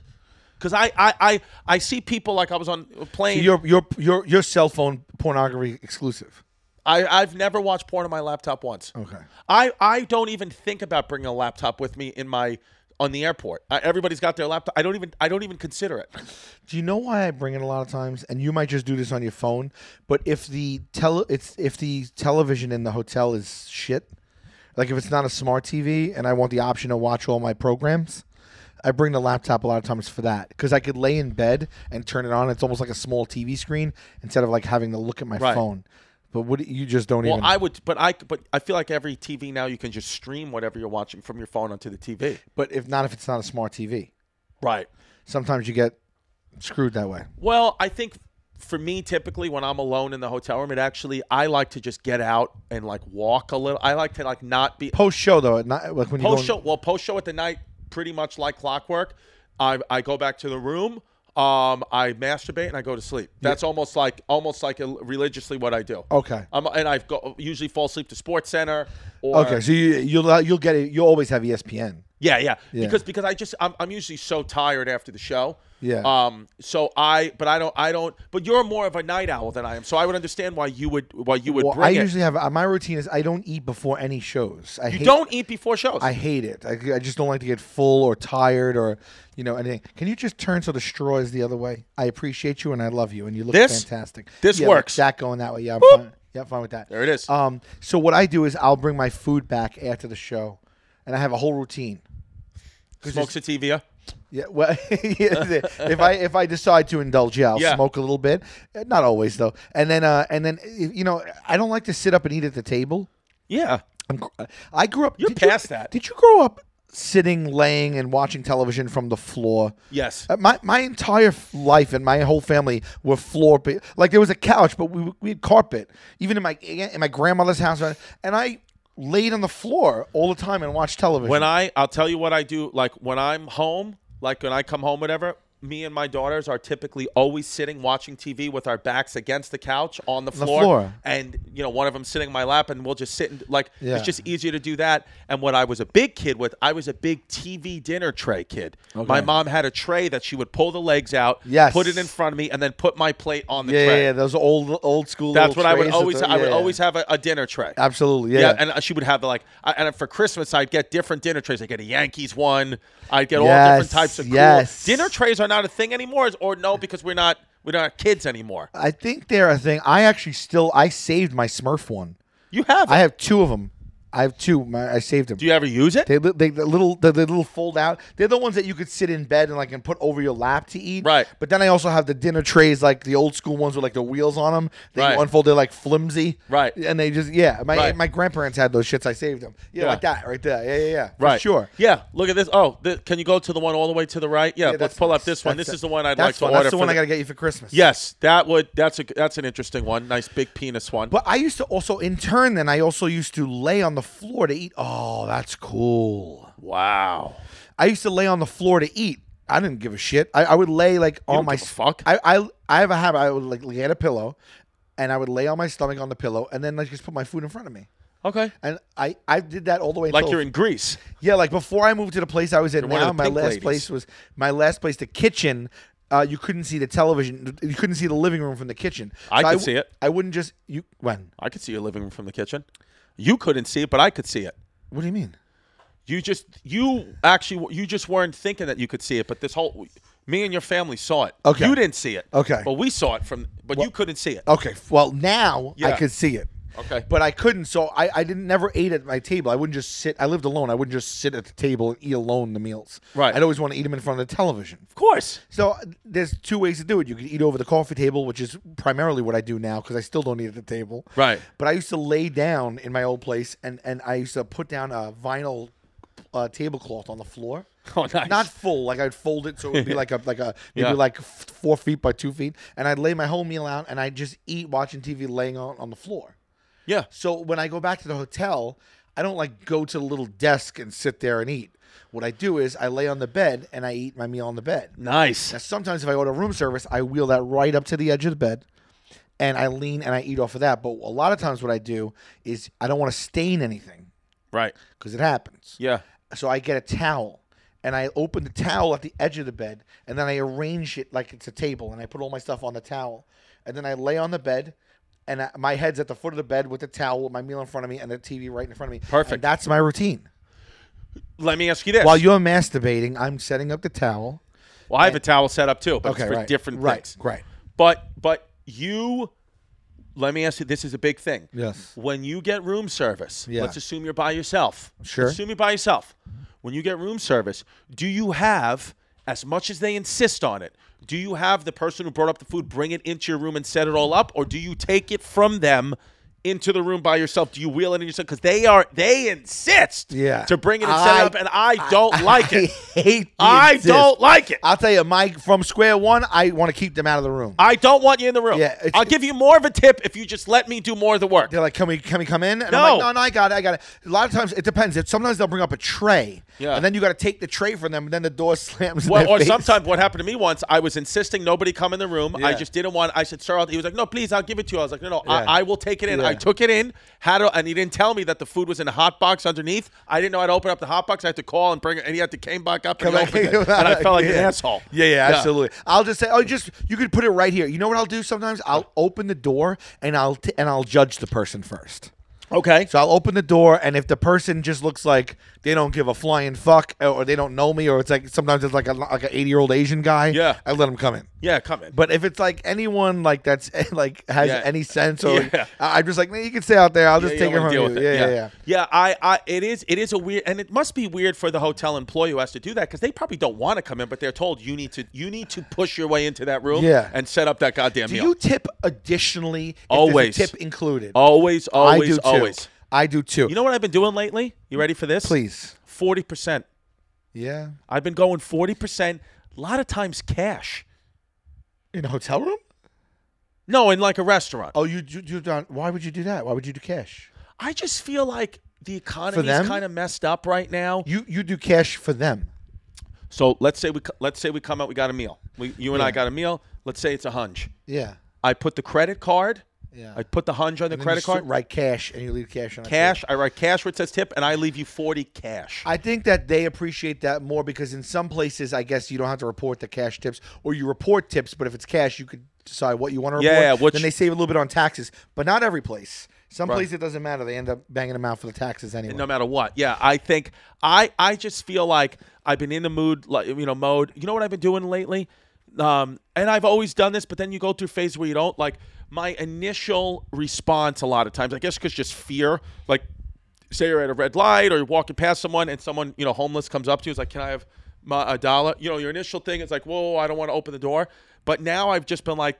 S4: Because I, I, I, I see people like I was on a plane.
S6: Your your your your cell phone pornography exclusive.
S4: I, I've never watched porn on my laptop once.
S6: Okay.
S4: I, I don't even think about bringing a laptop with me in my on the airport. I, everybody's got their laptop. I don't even I don't even consider it.
S6: Do you know why I bring it a lot of times? And you might just do this on your phone, but if the tele it's if the television in the hotel is shit, like if it's not a smart TV, and I want the option to watch all my programs. I bring the laptop a lot of times for that because I could lay in bed and turn it on. It's almost like a small TV screen instead of like having to look at my
S4: Right.
S6: phone. But what you just don't
S4: Well,
S6: even.
S4: I would, but I but I feel like every TV now you can just stream whatever you're watching from your phone onto the TV.
S6: but if not, if it's not a smart TV,
S4: Right.
S6: sometimes you get screwed that way.
S4: Well, I think for me, typically when I'm alone in the hotel room, it actually I like to just get out and like walk a little. I like to like not be
S6: Post show though, not like when you go
S4: post
S6: in-
S4: show. Well, post show at the night, pretty much like clockwork. I I go back to the room. Um, I masturbate and I go to sleep. That's almost like almost like a, religiously what I do.
S6: Okay.
S4: Um, and I go usually fall asleep to Sports Center. Or,
S6: Okay, so you you'll uh, you'll get it. You'll always have E ESPN.
S4: yeah, yeah,
S6: Yeah.
S4: Because because I just I'm, I'm usually so tired after the show.
S6: Yeah.
S4: Um. So I but I don't I don't. But you're more of a night owl than I am. So I would understand why you would why you would
S6: Well,
S4: bring
S6: I
S4: it.
S6: usually have uh, my routine is I don't eat before any shows. I
S4: you
S6: hate,
S4: don't eat before shows.
S6: I hate it. I, I just don't like to get full or tired or you know anything. Can you just turn so the straw is the other way? I appreciate you and I love you and you look
S4: This-
S6: fantastic.
S4: this
S6: Yeah, like
S4: works.
S6: that going that way. Yeah, I'm fine. Yeah, I'm fine with that.
S4: There it is.
S6: Um. So what I do is I'll bring my food back after the show, and I have a whole routine.
S4: Smoke sativa.
S6: Yeah, well, yeah, if I if I decide to indulge, yeah, I'll
S4: Yeah.
S6: smoke a little bit. Uh, Not always though. And then uh, and then y- you know, I don't like to sit up and eat at the table.
S4: Yeah.
S6: I'm, gr- uh, I grew up.
S4: You're
S6: did
S4: past that.
S6: Did you grow up sitting, laying, and watching television from the floor?
S4: Yes.
S6: Uh, my my entire f- life and my whole family were floor pe- eh, like there was a couch, but we we had carpet. Even in my in my grandmother's house, uh, and I laid on the floor all the time and watched television.
S4: When I, I'll tell you what I do. Like when I'm home, like when I come home, whatever. Me and my daughters are typically always sitting watching TV with our backs against the couch on the floor,
S6: floor.
S4: and you know one of them sitting in my lap, and we'll just sit and like
S6: Yeah.
S4: it's just easier to do that. And what I was a big kid with, I was a big TV dinner tray kid. My mom had a tray that she would pull the legs out,
S6: Yes.
S4: put it in front of me, and then put my plate on the
S6: yeah, yeah,
S4: tray.
S6: yeah, those old old school.
S4: That's
S6: little
S4: what I would
S6: trays at
S4: always.
S6: the-
S4: I would
S6: yeah, yeah.
S4: always have a, a dinner tray.
S6: Absolutely, yeah.
S4: Yeah, and uh, she would have the like, I, and for Christmas I'd get different dinner trays. I get a Yankees one. I'd get all
S6: Yes,
S4: different types of cool-
S6: yes.
S4: dinner trays are not a thing anymore, is- or no, because we're not we're not kids anymore.
S6: I think they're a thing. I actually still I saved my Smurf one.
S4: You have.
S6: I
S4: it.
S6: have two of them. I have two. My, I saved them.
S4: Do you ever use it?
S6: They, li- they the little the, the little fold out. They're the ones that you could sit in bed and like and put over your lap to eat.
S4: Right.
S6: But then I also have the dinner trays like the old school ones with like the wheels on them. They
S4: Right.
S6: unfold. They're like flimsy.
S4: Right.
S6: And they just yeah. My
S4: Right.
S6: my grandparents had those shits. I saved them. Yeah,
S4: Yeah.
S6: like that right there. Yeah, yeah, yeah. For
S4: Right.
S6: sure.
S4: Yeah. Look at this. Oh, th- can you go to the one all the way to the right? Yeah.
S6: Yeah,
S4: let's
S6: that's
S4: pull up
S6: nice.
S4: this one.
S6: That's
S4: This
S6: it.
S4: is the one I'd like
S6: That's one.
S4: to order.
S6: That's the
S4: for
S6: one
S4: the-
S6: I gotta get you for Christmas.
S4: Yes, that would. That's a that's an interesting one. Nice big penis one.
S6: But I used to also, in turn, then I also used to lay on the floor to eat. Oh, that's cool.
S4: wow.
S6: I used to lay on the floor to eat. I didn't give a shit. I, I would lay like on
S4: don't
S6: my
S4: give a fuck?
S6: I, I I have a habit. I would like lay on a pillow, and I would lay on my stomach on the pillow, and then like just put my food in front of me.
S4: Okay.
S6: And I I did that all the way.
S4: Like
S6: until-
S4: you're in Greece.
S6: yeah, like before I moved to the place I was in
S4: You're one of
S6: now,
S4: the
S6: my
S4: pink
S6: last
S4: ladies.
S6: place was my last place, the kitchen. Uh, you couldn't see the television. You couldn't see the living room from the kitchen.
S4: I could
S6: w-
S4: see it.
S6: I wouldn't just you when.
S4: I could see your living room from the kitchen. You couldn't see it, but I could see it.
S6: What do you mean?
S4: You just you actually you just weren't thinking that you could see it, but this whole me and your family saw it.
S6: Okay.
S4: You didn't see it.
S6: Okay.
S4: But we saw it from but you couldn't see it.
S6: Okay. f- Well, now I
S4: Yeah.
S6: could see it.
S4: Okay.
S6: But I couldn't, so I, I didn't never ate at my table. I wouldn't just sit. I lived alone. I wouldn't just sit at the table and eat alone the meals.
S4: Right.
S6: I'd always want to eat them in front of the television.
S4: Of course.
S6: So uh, there's two ways to do it. You could eat over the coffee table, which is primarily what I do now because I still don't eat at the table.
S4: Right.
S6: But I used to lay down in my old place, and and I used to put down a vinyl uh, tablecloth on the floor.
S4: Oh, nice.
S6: Not full, like I'd fold it so it would be like a like a maybe
S4: Yeah.
S6: like f- four feet by two feet, and I'd lay my whole meal out, and I'd just eat watching TV, laying on on the floor.
S4: Yeah.
S6: So when I go back to the hotel, I don't like go to the little desk and sit there and eat. What I do is I lay on the bed and I eat my meal on the bed.
S4: Nice.
S6: Now, sometimes if I order room service, I wheel that right up to the edge of the bed and I lean and I eat off of that. But a lot of times what I do is I don't want to stain anything
S4: right.
S6: because it happens.
S4: Yeah.
S6: So I get a towel and I open the towel at the edge of the bed and then I arrange it like it's a table and I put all my stuff on the towel. And then I lay on the bed and I, my head's at the foot of the bed with the towel with my meal in front of me and the TV right in front of me.
S4: Perfect.
S6: And that's my routine.
S4: Let me ask you this.
S6: While you're masturbating, I'm setting up the towel.
S4: well, I have a towel set up too, but
S6: Okay,
S4: it's for
S6: right.
S4: different
S6: right,
S4: things.
S6: Right.
S4: But but you let me ask you this is a big thing.
S6: Yes.
S4: When you get room service,
S6: Yeah.
S4: let's assume you're by yourself.
S6: Sure.
S4: Assume you're by yourself. When you get room service, do you have as much as they insist on it? Do you have the person who brought up the food bring it into your room and set it all up or do you take it from them? Into the room by yourself? Do you wheel it in yourself? Because they are they insist
S6: Yeah.
S4: to bring it and set
S6: I-
S4: it up, and I don't like it.
S6: I hate the
S4: I
S6: insist.
S4: don't like it.
S6: I'll tell you, Mike, from square one, I want to keep them out of the room.
S4: I don't want you in the room.
S6: Yeah, it's-
S4: I'll give you more of a tip if you just let me do more of the work.
S6: They're like, "Can we? Can we come in?" And
S4: No.
S6: I'm like, "No, no, I got it, I got it." A lot of times, it depends. If sometimes they'll bring up a tray,
S4: Yeah.
S6: and then you got to take the tray from them, and then the door slams. in
S4: Well,
S6: their
S4: or
S6: face.
S4: sometimes what happened to me once, I was insisting nobody come in the room. I just didn't want. I said, "Sir," I'll-" he was like, "No, please, I'll give it to you." I was like, "No, no,
S6: Yeah.
S4: I, I will take it in." I
S6: Yeah.
S4: took it in, had it, and he didn't tell me that the food was in a hot box underneath. I didn't know how to open up the hot box. I had to call and bring it, and he had to came back up and,
S6: Come
S4: he
S6: back-
S4: opened it. and I felt like an
S6: Yeah.
S4: asshole.
S6: Yeah, yeah, absolutely. I'll just say, "Oh, just you could put it right here." You know what I'll do? Sometimes I'll open the door and I'll t- and I'll judge the person first.
S4: Okay.
S6: So I'll open the door, and if the person just looks like they don't give a flying fuck, or they don't know me, or it's like sometimes it's like a like an eighty year old Asian guy,
S4: Yeah.
S6: I let him come in.
S4: yeah, come in.
S6: But if it's like anyone like that's like has
S4: Yeah.
S6: any sense or
S4: Yeah.
S6: I- I'm just like, man, you can stay out there. I'll just
S4: Yeah,
S6: take
S4: yeah,
S6: it
S4: we'll
S6: from
S4: deal
S6: you.
S4: with
S6: Yeah, yeah, yeah,
S4: Yeah, I, I, it is, it is a weird, and it must be weird for the hotel employee who has to do that because they probably don't want to come in, but they're told you need to, you need to push your way into that room,
S6: Yeah.
S4: and set up that goddamn
S6: Do
S4: meal.
S6: you tip additionally? if there's a
S4: Always.
S6: tip included.
S4: always,
S6: I
S4: always,
S6: do too.
S4: always.
S6: I do too.
S4: You know what I've been doing lately? You ready for this?
S6: please.
S4: Forty percent.
S6: Yeah.
S4: I've been going forty percent. A lot of times cash.
S6: In a hotel room?
S4: No, in like a restaurant.
S6: Oh, you do, you don't. Why would you do that? Why would you do cash?
S4: I just feel like the economy
S6: them?
S4: is kind of messed up right now.
S6: You you do cash for them.
S4: So let's say we co- let's say we come out, we got a meal. We, you and I got a meal. Let's say it's a hunch.
S6: Yeah.
S4: I put the credit card.
S6: Yeah.
S4: I put the hunch on the
S6: Then
S4: credit
S6: you sort-
S4: card.
S6: Write cash and you leave cash on a table.
S4: Cash. I write cash where it says tip, and I leave you forty cash.
S6: I think that they appreciate that more because in some places, I guess you don't have to report the cash tips, or you report tips, but if it's cash, you could decide what you want to report.
S4: Yeah, which-
S6: then they save a little bit on taxes, but not every place. Some places it doesn't matter; they end up banging them out for the taxes anyway.
S4: no matter what. Yeah, I think I I just feel like I've been in the mood, like you know, mode. You know what I've been doing lately, um, and I've always done this, but then you go through phase where you don't like my initial response. A lot of times, I guess, because just fear, like say you're at a red light or you're walking past someone and someone you know homeless comes up to you is like, "Can I have my, a dollar?" You know, your initial thing is like, "Whoa, I don't want to open the door," but now I've just been like,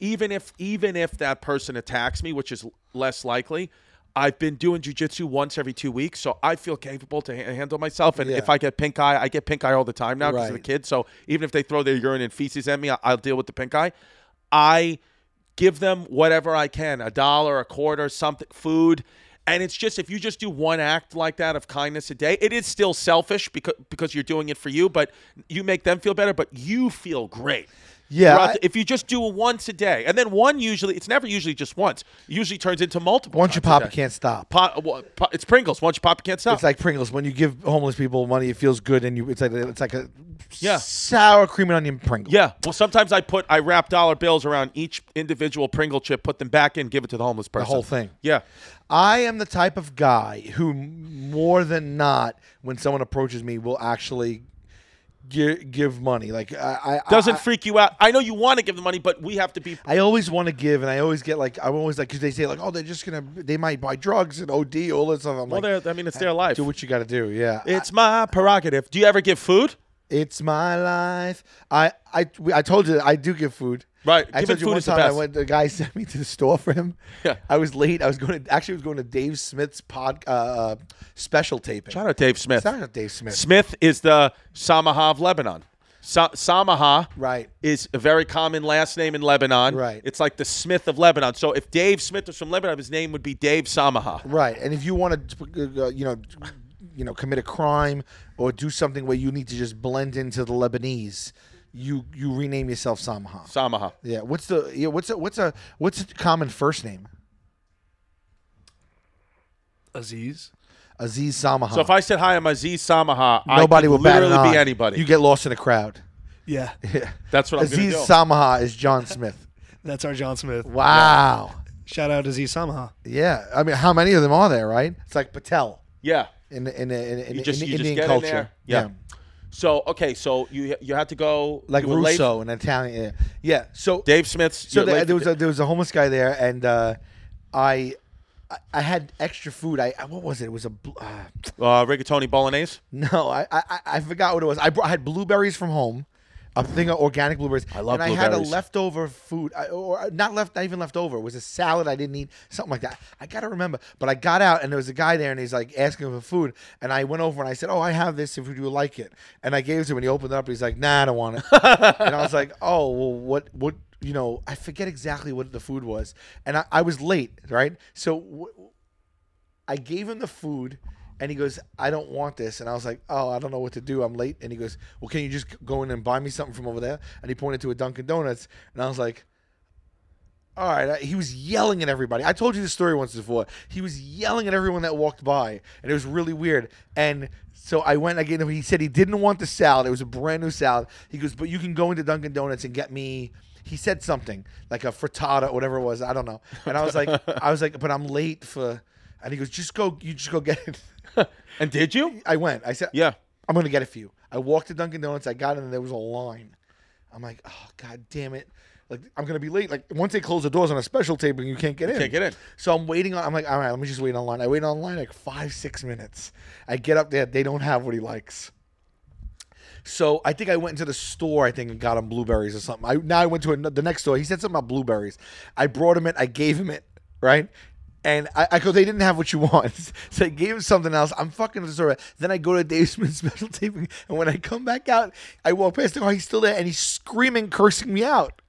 S4: even if even if that person attacks me, which is l- less likely, I've been doing jujitsu once every two weeks, so I feel capable to ha- handle myself. And
S6: Yeah.
S4: if I get pink eye, I get pink eye all the time now because of the
S6: Right.
S4: kids. So even if they throw their urine and feces at me, I- I'll deal with the pink eye. I give them whatever I can a dollar, a quarter, something, food. And it's just if you just do one act like that of kindness a day, it is still selfish because because you're doing it for you, but you make them feel better, but you feel great.
S6: Yeah,
S4: Throughout
S6: I-
S4: the- if you just do it once a day, and then one usually, it's never usually just once. It usually turns into multiple.
S6: Once you
S4: times a
S6: pop, it
S4: day.
S6: can't stop.
S4: Pop, well, pop- uh, it's Pringles. Once you pop, it can't stop.
S6: It's like Pringles. When you give homeless people money, it feels good, and you it's like it's like a
S4: Yeah.
S6: sour cream and onion Pringle.
S4: yeah. Well, sometimes I put I wrap dollar bills around each individual Pringle chip, put them back in, give it to the homeless person.
S6: whole thing.
S4: Yeah.
S6: I am the type of guy who, more than not, when someone approaches me, will actually give, give money. Like I, I
S4: Doesn't
S6: I-
S4: freak you out. I know you want to give the money, but we have to be
S6: I always want to give, and I always get like I'm always like because they say like oh they're just gonna they might buy drugs and OD all that stuff. I'm
S4: Well,
S6: like
S4: they're- I mean, it's their life.
S6: do what you got to do. Yeah, I-
S4: It's my prerogative. Do you ever give food?
S6: it's my life. I I we- I told you that I do give food.
S4: Right,
S6: I
S4: giving
S6: told you
S4: food
S6: one
S4: is the
S6: time I
S4: best.
S6: went. The guy sent me to the store for him.
S4: Yeah.
S6: I was late. I was going to actually I was going to Dave Smith's pod uh, uh, special taping.
S4: Shout out Dave Smith.
S6: Shout out Dave Smith.
S4: Smith is the Samaha of Lebanon. Sa- Samaha
S6: Right.
S4: is a very common last name in Lebanon.
S6: Right.
S4: It's like the Smith of Lebanon. So if Dave Smith was from Lebanon, his name would be Dave Samaha.
S6: Right, and if you want to, uh, you know, you know, commit a crime or do something where you need to just blend into the Lebanese, you you rename yourself Samaha.
S4: Samaha.
S6: yeah, what's the yeah, what's a what's a what's a common first name?
S5: Aziz.
S6: Aziz Samaha.
S4: So if I said hi, I'm Aziz Samaha.
S6: nobody
S4: I could
S6: would bat an
S4: literally be
S6: eye.
S4: anybody.
S6: You get lost in the crowd.
S5: Yeah,
S4: That's what I'm going to
S6: Aziz
S4: do.
S6: Samaha is John Smith.
S5: that's our John Smith.
S6: Wow.
S5: Shout out Aziz Samaha.
S6: Yeah, I mean, how many of them are there? Right? It's like Patel
S4: yeah.
S6: in in in, in,
S4: You just,
S6: in
S4: you just
S6: Indian
S4: get
S6: culture.
S4: in there. Yeah. So okay, so you you had to go
S6: like
S4: you were late-
S6: Russo, an Italian. Yeah. yeah. So
S4: Dave Smith's.
S6: So
S4: you're
S6: there,
S4: late
S6: there
S4: for
S6: was a, there was a homeless guy there, and uh, I I- I had extra food. I I- what was it? It was a bl- uh,
S4: uh, rigatoni bolognese.
S6: no. I, I I- I forgot what it was. I brought, I had blueberries from home, a thing of organic blueberries. I
S4: love
S6: And I had a
S4: blueberries.
S6: leftover food, I, or not left, not even leftover. It was a salad I didn't eat, something like that. I gotta remember. But I got out, and there was a guy there, and he's like asking for food, and I went over and I said, "Oh, I have this. If you do like it," and I gave it to him, and he opened it up, and he's like, "Nah, I don't want it." and I was like, "Oh, well, what what." You know, I forget exactly what the food was, and I, I was late, right? So w- I gave him the food and he goes, I don't want this. And I was like, oh, I don't know what to do. I'm late. And he goes, well, can you just go in and buy me something from over there? And he pointed to a Dunkin' Donuts. And I was like, all right. I- He was yelling at everybody. I told you this story once before. He was yelling at everyone that walked by. And it was really weird. And so I went again. He said he didn't want the salad. It was a brand new salad. He goes, but you can go into Dunkin' Donuts and get me. He said something like a frittata, or whatever it was. I don't know. And I was like, I was like, but I'm late for. And he goes, just go, you just go get it.
S4: And did you?
S6: I went. I said,
S4: Yeah.
S6: I'm gonna get a few. I walked to Dunkin' Donuts. I got in, and there was a line. I'm like, oh god damn it! Like I'm gonna be late. Like once they close the doors on a special table, you can't get in.
S4: can't get in.
S6: So I'm waiting on. I'm like, all right, let me just wait online. I wait online like five, six minutes. I get up there. They don't have what he likes. So I think I went into the store, I think, and got him blueberries or something. I now I went to another, the next store. He said something about blueberries. I brought him it. I gave him it, right? And I, I go, they didn't have what you want, so I gave him something else. I'm fucking disturbed. Then I go to Dave Smith's special taping, and when I come back out, I walk past the car. He's still there, and he's screaming, cursing me out.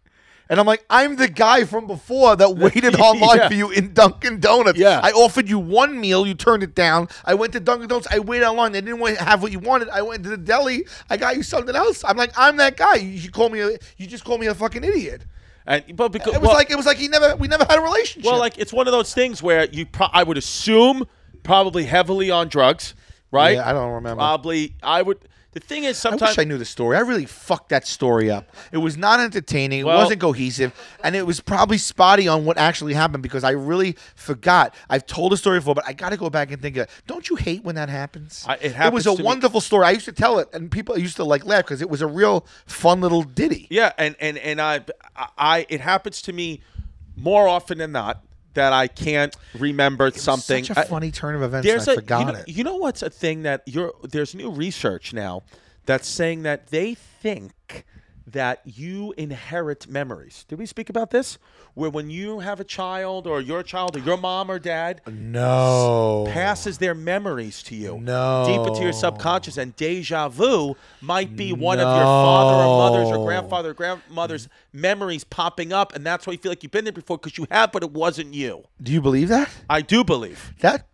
S6: And I'm like, I'm the guy from before that waited online
S4: Yeah.
S6: for you in Dunkin' Donuts.
S4: Yeah.
S6: I offered you one meal, you turned it down. I went to Dunkin' Donuts, I waited online, they didn't want have what you wanted. I went to the deli, I got you something else. I'm like, I'm that guy. You should call me a, you just call me a fucking idiot.
S4: And but because
S6: It was like it was like he never we never had a relationship.
S4: Well, like it's one of those things where you, pro- I would assume, probably heavily on drugs, right? Uh,
S6: Yeah, I don't remember.
S4: Probably, I would. The thing is,
S6: I
S4: sometimes
S6: wish I knew the story. I really fucked that story up. It was not entertaining.
S4: Well-
S6: it wasn't cohesive, and it was probably spotty on what actually happened because I really forgot. I've told the story before, but I got to go back and think. Of, don't you hate when that happens?
S4: I- it
S6: It was
S4: happens
S6: a
S4: to me.
S6: wonderful story. I used to tell it, and people used to like laugh because it was a real fun little ditty.
S4: yeah, and and and I, I, it happens to me more often than not that I can't remember something.
S6: Such a
S4: I-
S6: funny turn of events.
S4: there's
S6: and I
S4: a
S6: forgot
S4: you know,
S6: it.
S4: you know what's a thing that you're there's new research now that's saying that they think that you inherit memories. Did we speak about this? Where when you have a child or your child or your mom or dad
S6: no.
S4: passes their memories to you
S6: No.
S4: deep into your subconscious and deja vu might be one of your father or mother's or
S6: No.
S4: grandfather or grandmother's memories popping up and that's why you feel like you've been there before because you have but it wasn't you
S6: Do you believe that?
S4: i do believe
S6: That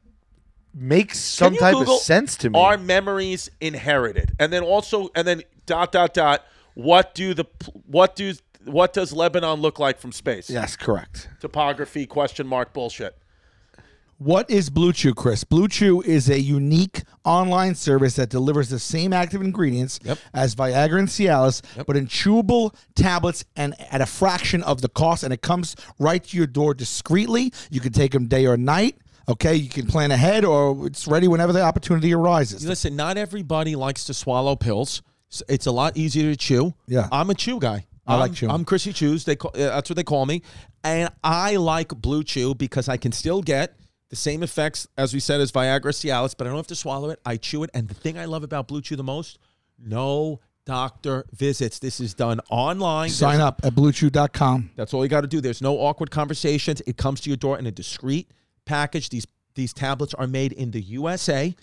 S6: makes some
S4: Can you
S6: type
S4: Google,
S6: of sense to me.
S4: Are memories inherited? And then also, and then dot dot dot. What do the what do what does Lebanon look like from space?
S6: yes, correct.
S4: Topography question mark bullshit.
S1: What is Blue Chew, Chris? Blue Chew is a unique online service that delivers the same active ingredients as Viagra and Cialis, but in chewable tablets and at a fraction of the cost. And it comes right to your door discreetly. You can take them day or night. Okay, you can plan ahead, or it's ready whenever the opportunity arises.
S2: Listen, not everybody likes to swallow pills. S- It's a lot easier to chew.
S1: Yeah.
S2: I'm a chew guy.
S1: I like
S2: I'm-
S1: chewing.
S2: I'm Chrissy Chews. They call, uh, that's what they call me, and I like Blue Chew because I can still get the same effects as we said as Viagra, Cialis, but I don't have to swallow it. I chew it, and the thing I love about Blue Chew the most, no doctor visits. This is done online.
S1: Sign
S2: There's-
S1: up at bluechew.com.
S2: That's all you got to do. There's no awkward conversations. It comes to your door in a discreet package. These these tablets are made in the USA,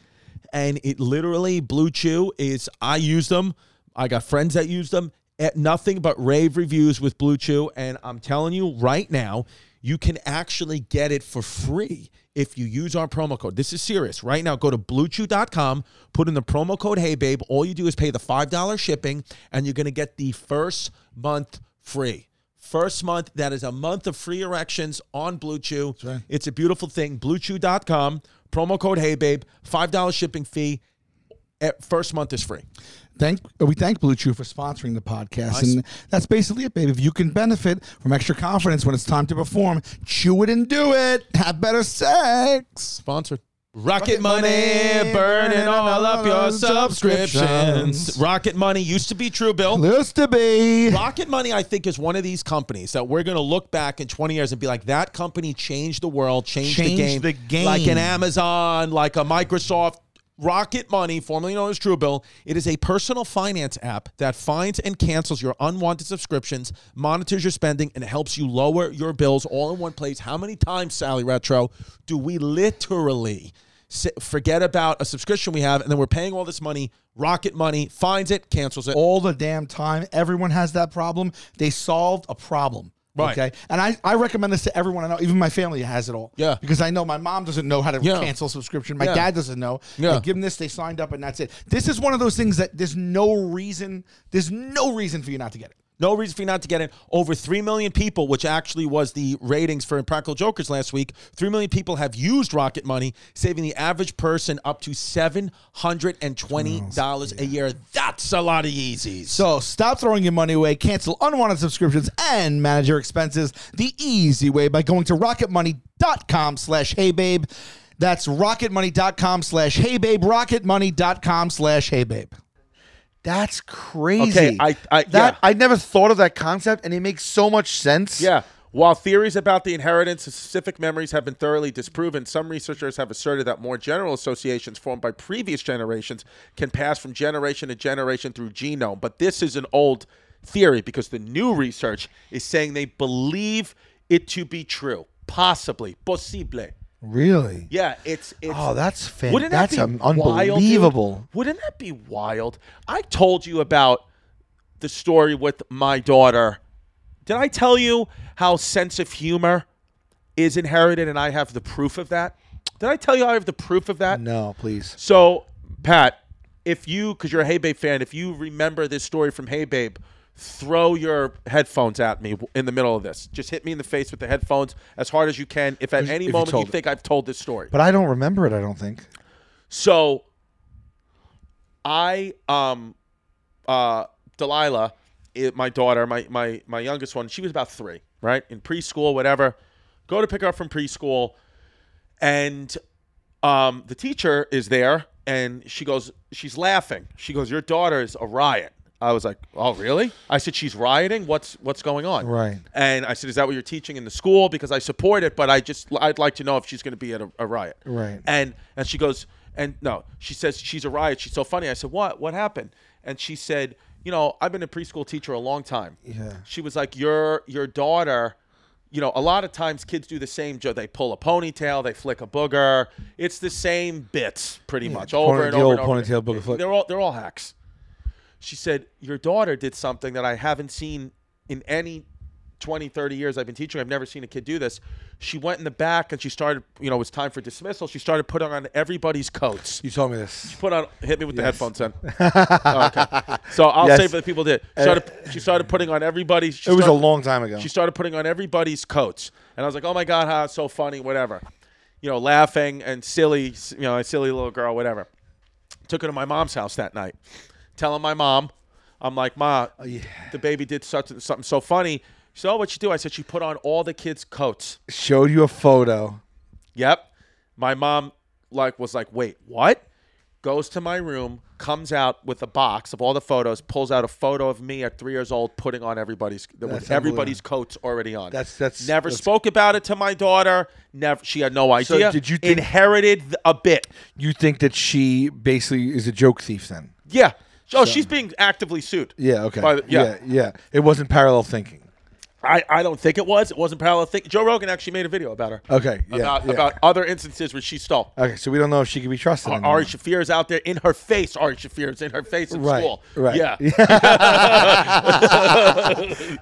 S2: and it literally Blue Chew is. I use them. I got friends that use them. At nothing but rave reviews with Blue Chew, and I'm telling you right now, you can actually get it for free if you use our promo code. This is serious. Right now, go to bluechew.com, put in the promo code Hey Babe. All you do is pay the five dollar shipping, and you're gonna get the first month free. First month, that is a month of free erections on Blue Chew. It's a beautiful thing. BlueChew.com, promo code HeyBabe, $5 shipping fee. Eh, First month is free.
S1: Thank we thank Blue Chew for sponsoring the podcast, and that's basically it, baby. If you can benefit from extra confidence when it's time to perform, chew it and do it. Have better sex.
S2: Sponsored. Rocket Money, burning
S1: Money, burning
S2: all
S1: all
S2: up your
S1: our
S2: subscriptions.
S1: subscriptions.
S2: Rocket Money used to be True Bill.
S1: List to be.
S2: Rocket Money, I think, is one of these companies that we're going to look back in 20 years and be like, that company changed the world, changed,
S1: Changed
S2: the, game.
S1: the game.
S2: Like an Amazon, like a Microsoft. Rocket Money, formerly known as Truebill, it is a personal finance app that finds and cancels your unwanted subscriptions, monitors your spending, and helps you lower your bills all in one place. How many times, Sally Retro, do we literally s- forget about a subscription we have and then we're paying all this money? Rocket Money finds it, cancels it.
S1: all the damn time. Everyone has that problem. They solved a problem.
S2: Right.
S1: Okay. And I, I recommend this to everyone I know. Even my family has it all.
S2: Yeah.
S1: Because I know my mom doesn't know how to
S2: Yeah.
S1: cancel subscription. My
S2: Yeah.
S1: dad doesn't know.
S2: Yeah.
S1: I give them this, they signed up, and that's it. This is one of those things that there's no reason, there's no reason for you not to get it.
S2: No reason for you not to get it. Over 3 million people, which actually was the ratings for Impractical Jokers last week, 3 million people have used Rocket Money, saving the average person up to $720 a year. That's a lot of Yeezys.
S1: So stop throwing your money away, cancel unwanted subscriptions, and manage your expenses the easy way by going to rocketmoney.com slash heybabe. That's rocketmoney.com slash heybabe, rocketmoney.com slash heybabe.
S6: That's crazy.
S4: I- I-
S6: that
S4: yeah.
S6: I never thought of that concept, and it makes so much sense.
S4: Yeah. While theories about the inheritance of specific memories have been thoroughly disproven, some researchers have asserted that more general associations formed by previous generations can pass from generation to generation through genome. But this is an old theory because the new research is saying they believe it to be true. Possibly. Possible.
S6: really.
S4: Yeah, it's it's
S6: Oh, that's fan-
S4: Wouldn't that
S6: that's
S4: be
S6: un-
S4: wild, dude?
S6: unbelievable.
S4: Wouldn't that be wild? I told you about the story with my daughter Did I tell you how sense of humor is inherited and I have the proof of that? Did I tell you I have the proof of that?
S6: No, please.
S4: So, Pat, if you, because you're a Hey Babe fan, if you remember this story from Hey Babe, throw your headphones at me w- in the middle of this. Just hit me in the face with the headphones as hard as you can. If at any
S6: if you
S4: moment you,
S6: told it.
S4: think I've told this story,
S6: But I don't remember it. I don't think.
S4: so I, um, uh, Delilah, it, my daughter, my my my youngest one, she was about three, right, in preschool, whatever. Go to pick her up from preschool, and um, the teacher is there, and she goes, she's laughing. She goes, "Your daughter is a riot." I was like, "Oh, really?" I said, "She's rioting. What's what's going on?"
S6: Right.
S4: And I said, "Is that what you're teaching in the school? Because I support it, but I just I'd like to know if she's going to be at a, a riot."
S6: Right.
S4: And and she goes, and no, she says she's a riot. She's so funny. I said, "What? What happened?" And she said, "You know, I've been a preschool teacher a long time."
S6: Yeah.
S4: She was like, "Your your daughter." you know, a lot of times kids do the same joke. They pull a ponytail, they flick a booger. It's the same bits pretty much over
S6: pony-
S4: and
S6: the
S4: over
S6: old
S4: and over.
S6: ponytail, booger, flick.
S4: They're all they're all hacks. She said, "Your daughter did something that I haven't seen in any 20, 30 years I've been teaching. I've never seen a kid do this." She went in the back and she started, you know, it was time for dismissal. She started putting on everybody's coats.
S6: You told me this.
S4: Put on, hit me with the headphones, then. Oh, okay. So I'll
S6: Yes.
S4: say for the people that started, she started putting on everybody's. she
S6: It was a
S4: started-
S6: long time ago.
S4: she started putting on everybody's coats, and I was like, "Oh my god, how so funny!" Whatever, you know, laughing and silly, you know, a silly little girl, whatever. Took her to my mom's house that night, telling my mom, "I'm like, ma, the baby did such and something so funny." She said, "Oh, what she do?" I said, "She put on all the kids' coats."
S6: Showed you a photo.
S4: Yep. My mom like was like, "Wait, what?" Goes to my room, comes out with a box of all the photos, pulls out a photo of me at three years old putting on everybody's with everybody's coats already on.
S6: That's- that's-
S4: never
S6: that's-
S4: spoke about it to my daughter. Never, she had no idea.
S6: did you think-
S4: inherited th- a bit?
S6: You think that she basically is a joke thief then?
S4: Yeah. Oh, she's being actively sued.
S6: Yeah. Okay.
S4: By the- yeah.
S6: yeah. Yeah. It wasn't parallel thinking.
S4: I, I don't think it was. It wasn't parallel. Think Joe Rogan actually made a video about her.
S6: Okay, yeah,
S4: about
S6: yeah.
S4: about other instances where she stole.
S6: Okay. So we don't know if she can be trusted.
S4: Ar-
S6: anymore.
S4: Ari Shafir is out there in her face. Ari Shafir is in her face in
S6: Right.
S4: school.
S6: Right.
S4: Yeah.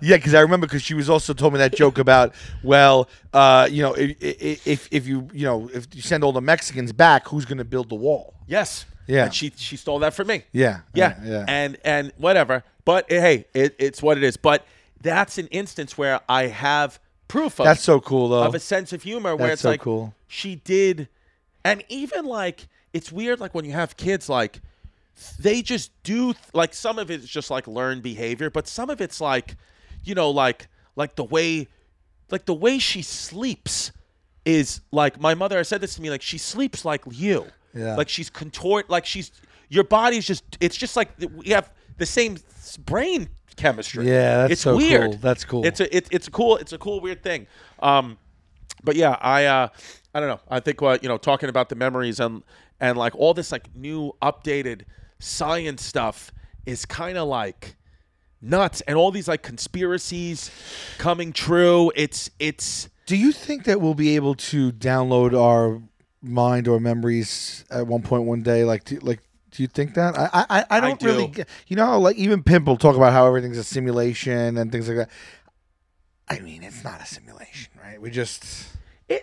S6: Yeah, because I remember because she was also told me that joke about well, uh, you know, if, if if you you know if you send all the Mexicans back, who's going to build the wall?
S4: Yes.
S6: Yeah.
S4: And she she stole that from me.
S6: Yeah,
S4: Yeah.
S6: yeah, yeah.
S4: And and whatever. But eh, hey, it, it's what it is. But that's an instance where I have proof of
S6: That's so cool though.
S4: of a sense of humor where
S6: That's
S4: it's
S6: so
S4: like
S6: cool.
S4: she did and even like it's weird like when you have kids like they just do th- like some of it's just like learned behavior but some of it's like you know like like the way like the way she sleeps is like my mother has said this to me like she sleeps like you
S6: Yeah.
S4: like she's contort like she's your body's just it's just like th- we have the same s- brain chemistry
S6: Yeah, that's
S4: it's
S6: so
S4: weird
S6: cool. That's cool.
S4: it's a it, it's a cool it's a cool weird thing um but yeah, I uh, I don't know. I think uh, you know, talking about the memories and and like all this like new updated science stuff is kind of like nuts, and all these like conspiracies coming true. It's it's
S6: Do you think that we'll be able to download our mind or memories at one point one day? Like, do, like, do you think that? I, I- I, I don't
S4: do.
S6: really. Get, you know, how, like even Pimple talk about how everything's a simulation and things like that. I mean, it's not a simulation, right? We just.
S4: it,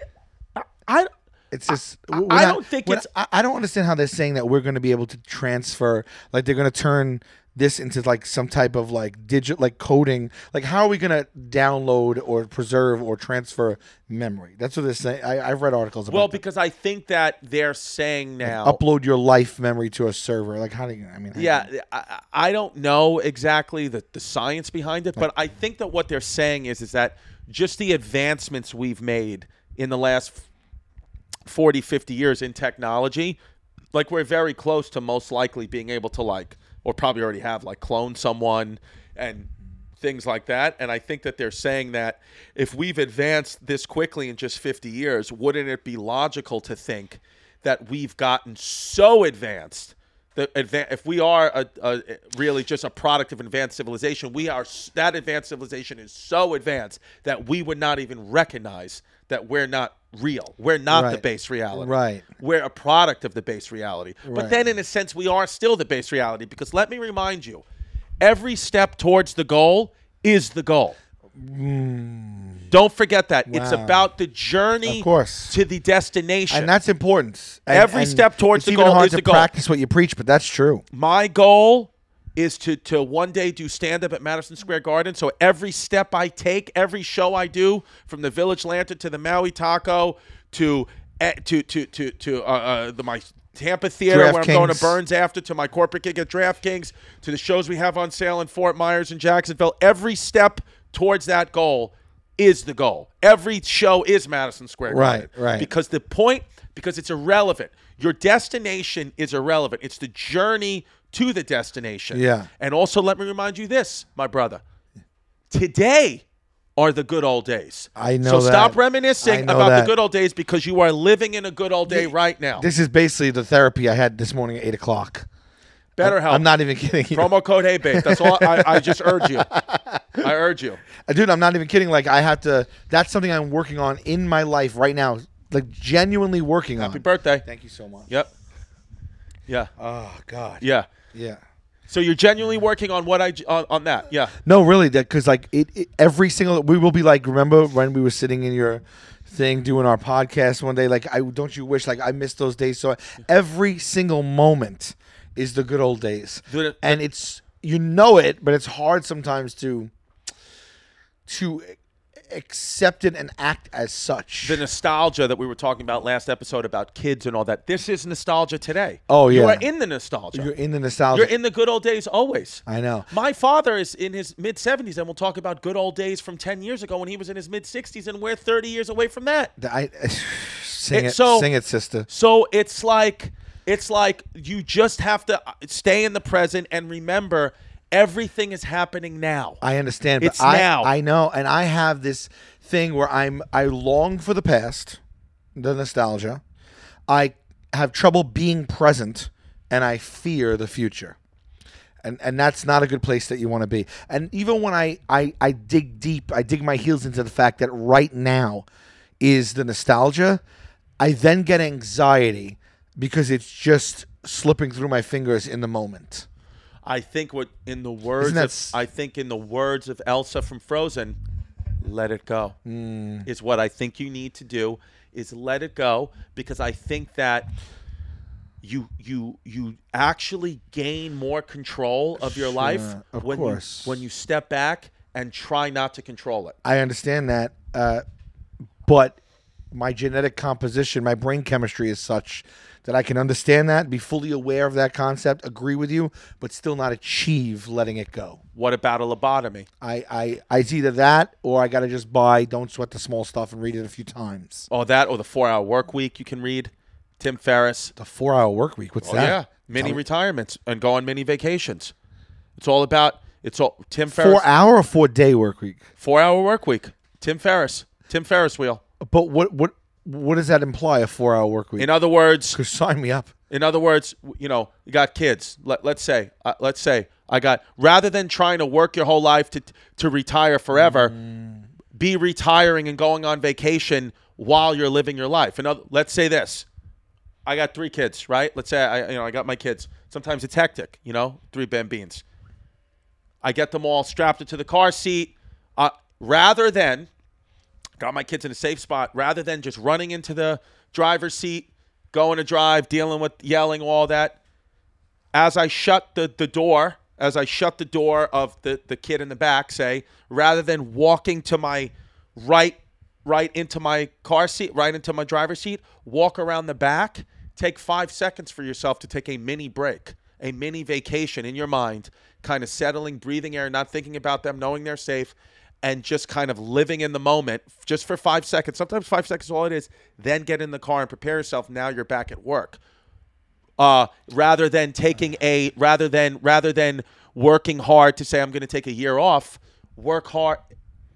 S4: I, I
S6: It's just
S4: I-
S6: we're
S4: I don't think
S6: we're
S4: it's-
S6: not- I, I don't understand how they're saying that we're going to be able to transfer. Like they're going to turn this into like some type of like digit like coding. Like how are we going to download or preserve or transfer memory? That's what they're saying. I, I've read articles about.
S4: well
S6: that.
S4: because I think that they're saying now
S6: upload your life memory to a server. Like how do you? I mean, how do you-
S4: Yeah, I, I I don't know exactly the, the science behind it, but I think that what they're saying is is that just the advancements we've made in the last 40, 50 years in technology, like we're very close to most likely being able to like, or probably already have like clone someone and things like that. And I think that they're saying that if we've advanced this quickly in just 50 years, wouldn't it be logical to think that we've gotten so advanced? The advan if we are a, a, really just a product of advanced civilization, we are s- that advanced civilization is so advanced that we would not even recognize that we're not real. We're not the
S6: Right.
S4: base reality.
S6: Right.
S4: We're a product of the base reality. But
S6: Right.
S4: then, in a sense, we are still the base reality because let me remind you every step towards the goal is the goal. Don't forget that. It's
S6: Hmm. Wow.
S4: about the journey
S6: Of course.
S4: to the destination.
S6: and that's important. And-
S4: Every
S6: and
S4: step towards
S6: it's
S4: the
S6: even
S4: goal
S6: hard
S4: is
S6: to
S4: the goal.
S6: practice what you preach, but that's true.
S4: my goal is to to one day do stand up at Madison Square Garden. So every step I take, every show I do, from the Village Lantern to the Maui Taco to eh, to to to to uh, uh, the my Tampa Theater where I'm going to
S6: DraftKings.
S4: Burns after to my corporate gig at DraftKings to the shows we have on sale in Fort Myers and Jacksonville. Every step towards that goal is the goal. Every show is Madison Square Garden.
S6: Right, right.
S4: Because because the point because it's irrelevant your destination is irrelevant it's the journey to the destination
S6: Yeah.
S4: and also let me remind you this my brother today are the good old days
S6: I know
S4: so stop
S6: that.
S4: reminiscing
S6: I know
S4: about
S6: that.
S4: the good old days because you are living in a good old day right now
S6: This is basically the therapy I had this morning at eight o'clock.
S4: better help
S6: I'm not even kidding. you.
S4: promo code hey babe that's all I, I just urge you i urge you
S6: Uh, dude i'm not even kidding like i have to that's something i'm working on in my life right now like genuinely working on
S4: happy birthday
S6: thank you so much
S4: yep yeah
S6: oh god
S4: yeah
S6: yeah
S4: so you're genuinely working on what i j- on, on that yeah
S6: no really that because like it, it every single we will be like remember when we were sitting in your thing doing our podcast one day like i don't you wish like i missed those days so every single moment is the good old days
S4: Dude,
S6: and it's you know it but it's hard sometimes to to accept it and act as such
S4: the nostalgia that we were talking about last episode about kids and all that. This is nostalgia today.
S6: Oh,
S4: you
S6: yeah.
S4: are in the nostalgia.
S6: you're in the nostalgia
S4: You're in the good old days always.
S6: I know.
S4: My father is in his mid 70s, and we'll talk about good old days from 10 years ago when he was in his mid 60s, and we're 30 years away from that.
S6: Th- I, sing
S4: And
S6: it,
S4: so-
S6: sing it, sister.
S4: So it's like it's like you just have to uh, stay in the present and remember everything is happening now.
S6: I understand. But
S4: It's
S6: I,
S4: now.
S6: I know, and I have this thing where I'm I long for the past, the nostalgia. I have trouble being present, and I fear the future. And, and that's not a good place that you want to be. And even when I, I, I dig deep, I dig my heels into the fact that right now is the nostalgia, I then get anxiety because it's just slipping through my fingers in the moment.
S4: I think what in the words
S6: Isn't that
S4: of,
S6: s-
S4: I think in the words of Elsa from Frozen, let it go.
S6: Hmm.
S4: Is what I think you need to do is let it go because I think that you you you actually gain more control of your life
S6: Sure, of
S4: when
S6: course.
S4: you when you step back and try not to control it.
S6: I understand that, uh, but my genetic composition, my brain chemistry is such that I can understand that, be fully aware of that concept, agree with you, but still not achieve letting it go.
S4: What about a lobotomy?
S6: I, I, I it's either that or I got to just buy "Don't Sweat the Small Stuff" and read it a few times.
S4: Oh, that or the four hour work week you can read. Tim Ferriss.
S6: The four-hour work week. What's
S4: Oh,
S6: that?
S4: yeah, mini retirements and go on mini vacations. It's all about it's all Tim Ferriss.
S6: Four-hour or four-day work week.
S4: Four hour work week. Tim Ferriss. Tim Ferriss wheel.
S6: But what what what does that imply? A four-hour work week?
S4: In other words,
S6: 'Cause sign me up.
S4: in other words, w- you know, you got kids. Let, let's say, uh, let's say, I got rather than trying to work your whole life to to retire forever, be retiring and going on vacation while you're living your life. And oth- let's say this, I got three kids, right? Let's say I you know I got my kids. Sometimes it's hectic, you know, three bambines. I get them all strapped into the car seat. Uh, rather than got my kids in a safe spot rather than just running into the driver's seat, going to drive, dealing with yelling, all that. As I shut the, the door, as I shut the door of the, the kid in the back, say, rather than walking to my right, right into my car seat, right into my driver's seat, walk around the back, take five seconds for yourself to take a mini break, a mini vacation in your mind, kind of settling, breathing air, not thinking about them, knowing they're safe, and just kind of living in the moment f- just for five seconds. Sometimes five seconds is all it is. Then get in the car and prepare yourself. Now you're back at work. Uh, rather than taking a rather than rather than working hard to say I'm going to take a year off, work hard,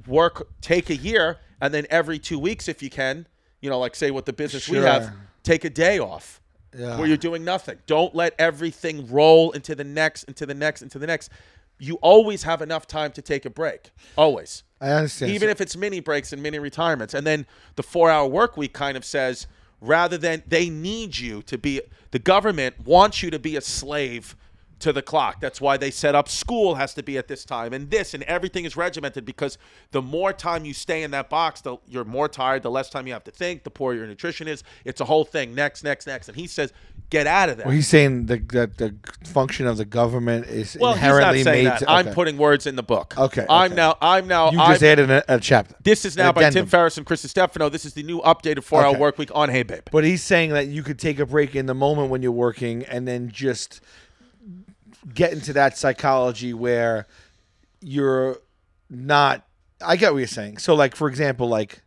S4: work take a year, and then every two weeks if you can, you know, like say what the business we have,
S6: Sure.
S4: take a day off
S6: Yeah.
S4: where you're doing nothing. Don't let everything roll into the next, into the next, into the next. You always have enough time to take a break. Always
S6: I understand.
S4: even if it's mini breaks and mini retirements. And then the four hour work week kind of says rather than they need you to be the government wants you to be a slave to the clock. That's why they set up school has to be at this time and this and everything is regimented because the more time you stay in that box, the you're more tired, the less time you have to think, the poor your nutrition is. It's a whole thing. Next, next, next. And he says, get out of that.
S6: Well, he's saying the, that the function of the government is
S4: Well, he's not
S6: inherently
S4: saying
S6: made.
S4: that.
S6: to-
S4: I'm
S6: okay.
S4: putting words in the book.
S6: Okay,
S4: I'm
S6: okay.
S4: now I'm now
S6: You
S4: I'm,
S6: just added a, a chapter.
S4: This is now
S6: An
S4: by Tim
S6: addendum.
S4: Ferriss and Chris Stefano. This is the new updated four-hour
S6: Okay.
S4: work week on Hey Babe.
S6: But he's saying that you could take a break in the moment when you're working and then just get into that psychology where you're not I get what you're saying. So like for example, like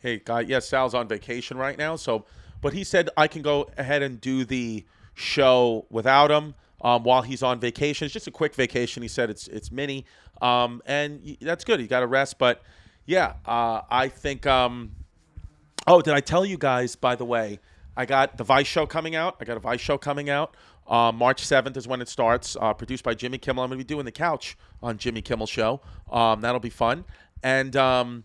S4: Hey, guy. Yes, Sal's on vacation right now. So, but he said I can go ahead and do the show without him um, while he's on vacation. It's just a quick vacation. He said it's it's mini, um, and y- that's good. He got to rest. But yeah, uh, I think. Um, oh, did I tell you guys? By the way, I got the Vice show coming out. I got a Vice show coming out. Uh, March 7th is when it starts, uh, produced by Jimmy Kimmel. I'm going to be doing The Couch on Jimmy Kimmel Show. Um, that'll be fun. And um,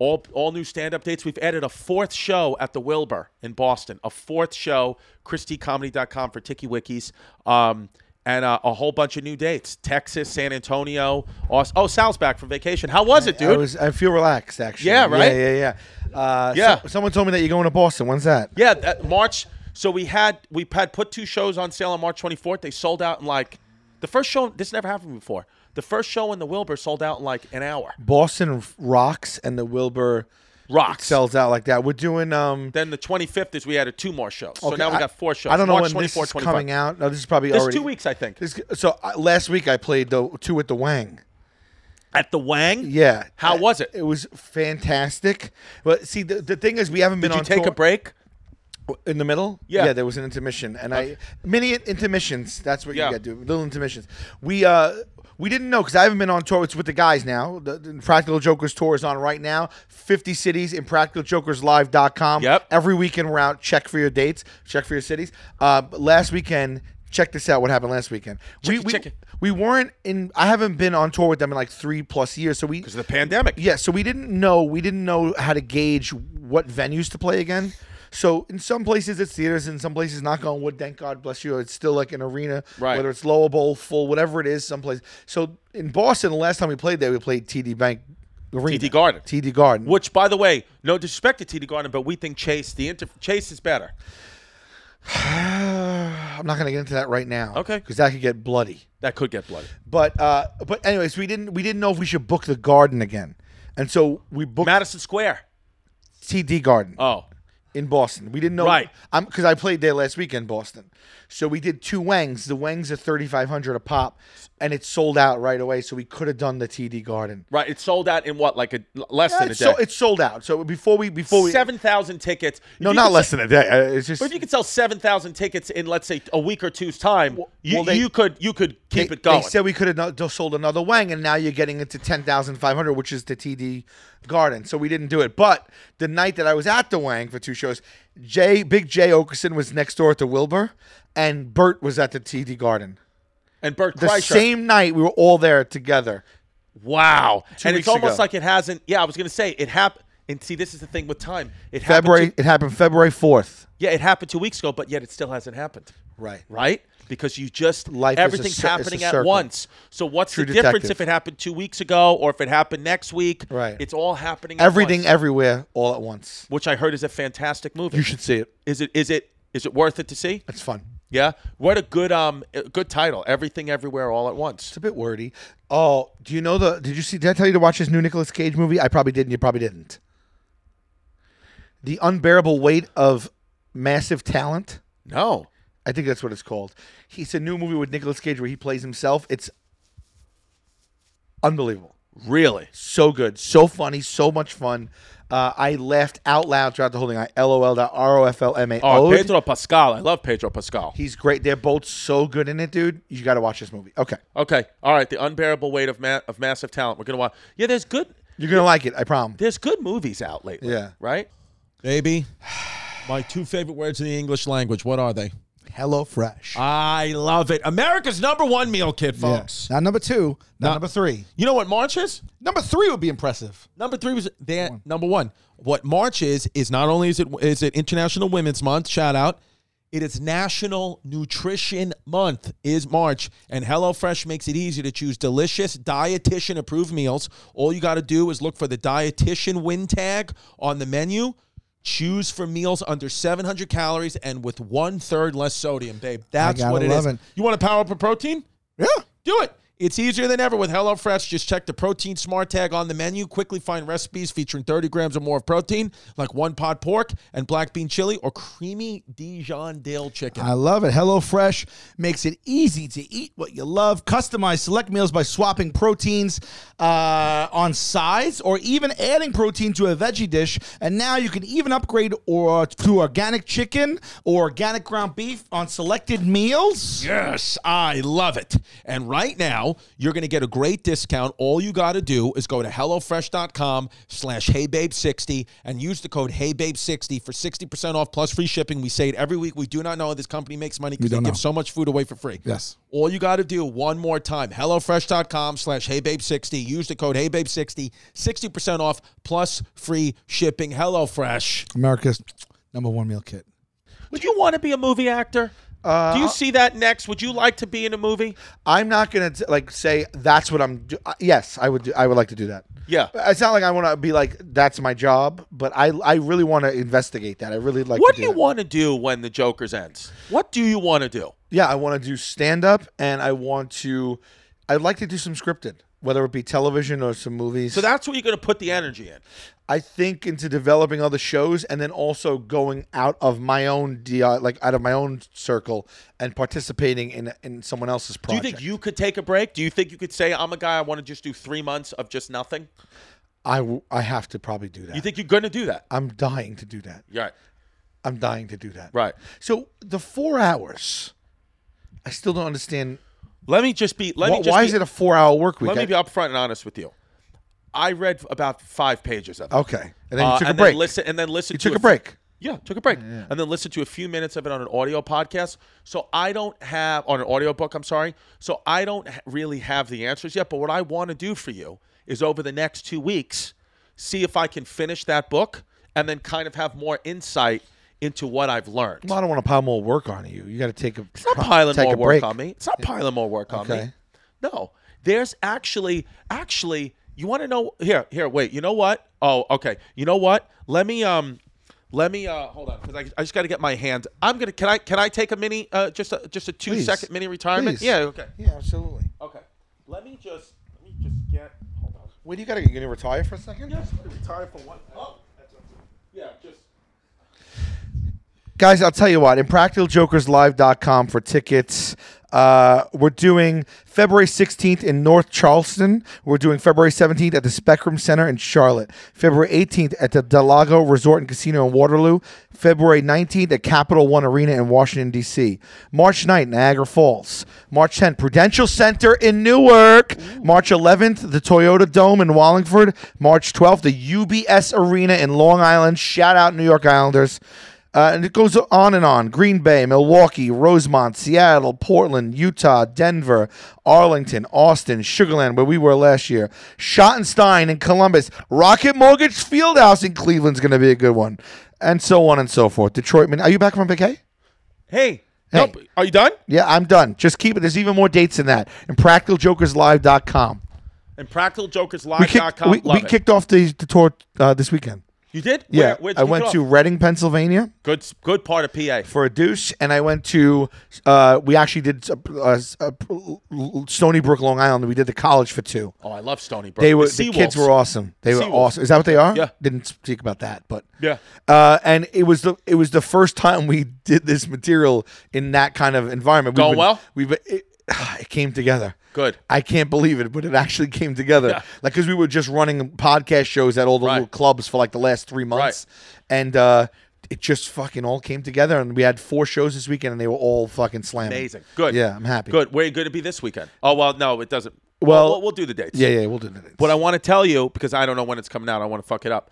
S4: all, all new stand up dates. We've added a fourth show at the Wilbur in Boston, a fourth show, ChristieComedy.com for Tiki Wikis, um, and uh, a whole bunch of new dates Texas, San Antonio, Austin. Oh, Sal's back from vacation. How was it, dude?
S6: I was I feel relaxed actually.
S4: Yeah, right?
S6: Yeah, yeah, yeah. Uh, so-
S4: Yeah.
S6: someone told me that you're going to Boston. When's that?
S4: Yeah, that March. So we had we had put two shows on sale on March 24th. They sold out in like the first show. This never happened before. The first show in the Wilbur sold out in like an hour.
S6: Boston rocks and the Wilbur
S4: Rocks.
S6: sells out like that. We're doing um
S4: Then the 25th is we added two more shows. so
S6: okay,
S4: now we
S6: I-
S4: got four shows.
S6: I don't know
S4: March
S6: when this
S4: 24th,
S6: is coming
S4: 25th.
S6: out. No, this is probably
S4: This
S6: already
S4: two weeks, I think.
S6: This, so uh, last week I played the two at the Wang.
S4: At the Wang.
S6: Yeah.
S4: How
S6: Uh,
S4: was it?
S6: It was fantastic. But see, the, the thing is, we haven't been
S4: Did you
S6: on
S4: take
S6: tour-
S4: a break?
S6: in the middle.
S4: Yeah.
S6: there was an intermission, and I mini intermissions. That's what
S4: Yeah.
S6: you got to do. Little intermissions. We uh. We didn't know because I haven't been on tour. It's with the guys now. The, the Practical Jokers tour is on right now. 50 cities in practicaljokerslive.com.
S4: Yep.
S6: Every weekend we're out. Check for your dates. Check for your cities. Uh, but last weekend, check this out. What happened last weekend? we,
S4: it,
S6: we,
S4: check it.
S6: we weren't in. I haven't been on tour with them in like three plus years. So we
S4: Because of the pandemic.
S6: yeah, so we didn't know we didn't know how to gauge what venues to play again. So in some places it's theaters, in some places, knock on wood, thank God bless you, it's still like an arena,
S4: Right.
S6: whether it's lower bowl, full, whatever it is, someplace. So in Boston, the last time we played there, we played TD Bank Arena,
S4: TD Garden.
S6: TD Garden.
S4: Which, by the way, no disrespect to TD Garden, but we think Chase the inter- Chase is better.
S6: I'm not going to get into that right now,
S4: Okay.
S6: because that could get bloody.
S4: That could get bloody.
S6: But uh, but anyways, we didn't we didn't know if we should book the Garden again, and so we booked
S4: Madison Square.
S6: TD Garden.
S4: Oh,
S6: in Boston. We didn't know
S4: Right.
S6: I'm because I played there last week in Boston. So we did two Wangs. The Wangs are thirty five hundred a pop, and it sold out right away. So we could have done the TD Garden.
S4: right. It sold out in what, like a less than a
S6: it's,
S4: day.
S6: so, it's sold out. So before we before we
S4: seven thousand tickets. If
S6: no
S4: you
S6: not
S4: could
S6: less
S4: se-
S6: than a day. Uh, It's just
S4: But if you could sell seven thousand tickets in, let's say, a week or two's time, you,
S6: well, they-
S4: you could you could keep
S6: they,
S4: it going.
S6: They said we could have not, just sold another Wang, and now you're getting into ten thousand five hundred, which is the TD Garden. So we didn't do it. But the night that I was at the Wang for two shows, Jay Big Jay Okerson was next door at the Wilbur, and Bert was at the TD Garden.
S4: and Bert
S6: the
S4: Kreischer.
S6: same night we were all there together.
S4: wow. And it's
S6: weeks
S4: almost
S6: ago.
S4: like it hasn't. Yeah, I was gonna say it happened. And see, this is the thing with time. It happened
S6: February.
S4: two-
S6: It happened February fourth.
S4: yeah, it happened two weeks ago, but yet it still hasn't happened.
S6: Right.
S4: Right. Because you just
S6: Life is a
S4: everything's
S6: cir- it's a
S4: happening at
S6: circle.
S4: once. So what's
S6: True
S4: the difference
S6: detective.
S4: if it happened two weeks ago or if it happened next week?
S6: Right.
S4: It's all happening. at
S6: Everything,
S4: once,
S6: everywhere, all at once.
S4: which I heard is a fantastic movie.
S6: You should see it.
S4: Is it? Is it? Is it worth it to see?
S6: It's fun.
S4: Yeah. What a good um a good title. Everything everywhere all at once.
S6: It's a bit wordy. Oh, do you know the? Did you see? Did I tell you to watch this new Nicolas Cage movie? I probably did, and you probably didn't. The unbearable weight of massive talent.
S4: No.
S6: I think that's what it's called. He- It's a new movie with Nicolas Cage where he plays himself. It's unbelievable.
S4: Really?
S6: so good, so funny, so much fun. Uh, I laughed out loud throughout the whole thing. I LOL that R O F L M A
S4: Oh,
S6: O.
S4: Pedro Pascal. I love Pedro Pascal.
S6: He's great. They're both so good in it, dude. You got to watch this movie. Okay,
S4: okay. All right. The unbearable weight of ma- of massive talent. We're gonna watch. Yeah. There's good.
S6: you're gonna like it. I promise.
S4: There's good movies out lately.
S6: Yeah.
S4: Right.
S2: Baby, my two favorite words in the English language. What are they?
S1: HelloFresh.
S4: Uh,
S2: I love it. America's number one meal kit, folks.
S1: Now number two, now number three.
S2: You know what March is?
S1: Number three would be impressive.
S2: Number three was they, number one. What March is is not only is it is it International Women's Month. Shout out. It is National Nutrition Month is March, and HelloFresh makes it easy to choose delicious dietitian approved meals. All you got to do is look for the dietitian win tag on the menu. Choose for meals under 700 calories and with one third less sodium, babe. That's
S1: gotta
S2: what it is.
S1: love it.
S2: You want to power up a protein?
S1: Yeah.
S2: Do it. It's easier than ever with HelloFresh. Just check the protein smart tag on the menu. Quickly find recipes featuring 30 grams or more of protein, like one pot pork and black bean chili or creamy Dijon Dale chicken.
S1: I love it. HelloFresh makes it easy to eat what you love. Customize select meals by swapping proteins uh, on sides or even adding protein to a veggie dish. And now you can even upgrade or to organic chicken or organic ground beef on selected meals.
S2: Yes, I love it. And right now, you're going to get a great discount. All you got to do is go to HelloFresh.com slash HeyBabe60 and use the code HeyBabe60 for 60% off plus free shipping. We say it every week. We do not know how this company makes money because they
S1: don't
S2: give
S1: know.
S2: so much food away for free.
S1: Yes.
S2: All you got to do one more time, HelloFresh.com slash HeyBabe60. Use the code HeyBabe60, 60% off plus free shipping. HelloFresh.
S1: America's number one meal kit.
S4: Would you want to be a movie actor?
S1: Uh,
S4: Do you see that next? Would you like to be in a movie?
S6: I'm not gonna t- like say that's what I'm. Do- I- yes, I would. Do- I would like to do that.
S4: Yeah.
S6: it's not like I want to be like that's my job, but I I really want to investigate that. I really like.
S4: What do
S6: to do,
S4: you
S6: that.
S4: want to do when the Joker's ends? What do you want to do?
S6: Yeah, I want to do stand up, and I want to. I'd like to do some scripted, whether it be television or some movies.
S4: So that's what you're going to put the energy in.
S6: I think into developing other shows and then also going out of my own di- like out of my own circle and participating in in someone else's
S4: Do you
S6: project.
S4: think you could take a break? Do you think you could say, I'm a guy, I want to just do three months of just nothing?
S6: I w- I have to probably do that.
S4: You think you're going to do that?
S6: I'm dying to do that.
S4: Right.
S6: I'm dying to do that.
S4: Right.
S6: So the four hours, I still don't understand.
S4: Let me just be. Let
S6: wh-
S4: me just
S6: why
S4: be,
S6: is it a four-hour work week?
S4: Let me be
S6: I-
S4: upfront and honest with you. I read about five pages of it.
S6: okay, and then you
S4: Uh,
S6: took a
S4: and then
S6: break.
S4: listen, and then listen.
S6: you
S4: to
S6: took a break.
S4: Yeah, took a break, and then listened to a few minutes of it on an audio podcast. So I don't have on an audio book. I'm sorry. So I don't ha- really have the answers yet. But what I want to do for you is over the next two weeks, see if I can finish that book, and then kind of have more insight into what I've learned.
S6: Well, I don't want to pile more work on you. You got to take a
S4: It's not piling
S6: take
S4: more
S6: a
S4: work
S6: break.
S4: on me. It's not piling more work on me.
S6: Okay.
S4: No, there's actually, actually, you want to know? Here, here. Wait. You know what? Oh, okay. You know what? Let me, um, let me. Uh, hold on, because I, I just got to get my hand. I'm gonna. Can I? Can I take a mini? Uh, just a just a two second
S6: Please.
S4: mini retirement.
S6: Please.
S4: Yeah. Okay.
S6: Yeah, absolutely.
S4: Okay. Let me just. Let me just get. Hold on.
S6: Wait, you got to you gonna retire for a second?
S4: Yeah, I'm just gonna retire for one. Oh. Yeah. Just.
S6: Guys, I'll tell you what, impracticaljokerslive.com for tickets. Uh, we're doing February 16th in North Charleston. We're doing February 17th at the Spectrum Center in Charlotte. February 18th at the Delago Resort and Casino in Waterloo. February 19th at Capital One Arena in Washington, D.C. March 9th, Niagara Falls. March 10th, Prudential Center in Newark. March 11th, the Toyota Dome in Wallingford. March 12th, the UBS Arena in Long Island. Shout out, New York Islanders. Uh, and it goes on and on. Green Bay, Milwaukee, Rosemont, Seattle, Portland, Utah, Denver, Arlington, Austin, Sugarland, where we were last year. Schottenstein in Columbus. Rocket Mortgage Fieldhouse in Cleveland's going to be a good one. And so on and so forth. Detroit, Min- are you back from vacay?
S4: Hey.
S6: Hey.
S4: Nope. Are you done?
S6: Yeah, I'm done. Just keep it. There's even more dates than that. And practicaljokerslive.com.
S4: And
S6: We, kicked,
S4: practicaljokerslive.com.
S6: we,
S4: Love
S6: we
S4: it.
S6: kicked off the, the tour uh, this weekend.
S4: You did?
S6: Yeah,
S4: Where, where'd
S6: I
S4: you
S6: went
S4: go?
S6: to Reading, Pennsylvania.
S4: good good part of PA.
S6: for a deuce, and I went to. Uh, we actually did uh, uh, uh, Stony Brook, Long Island. We did the college for two.
S4: Oh, I love Stony Brook.
S6: They were
S4: sea
S6: the, kids
S4: wolves.
S6: were awesome. They were
S4: Seawolves.
S6: awesome. Is that what they are?
S4: Yeah.
S6: Didn't speak about that, but
S4: Yeah.
S6: Uh, and it was the it was the first time we did this material in that kind of environment. We've
S4: Going
S6: been-
S4: well?
S6: We've been- it, it came together.
S4: Good.
S6: I can't believe it, but it actually came together.
S4: Yeah.
S6: Like because we were just running podcast shows at all the
S4: Right.
S6: little clubs for like the last three months, and uh, it just fucking all came together. And we had four shows this weekend, and they were all fucking slamming.
S4: Amazing. Good.
S6: Yeah, I'm happy.
S4: Good. Where you going to be this weekend? Oh well, no, it doesn't.
S6: Well-
S4: we'll, we'll do the dates.
S6: Yeah, yeah, we'll do that.
S4: What I want to tell you because I don't know when it's coming out. I want to fuck it up.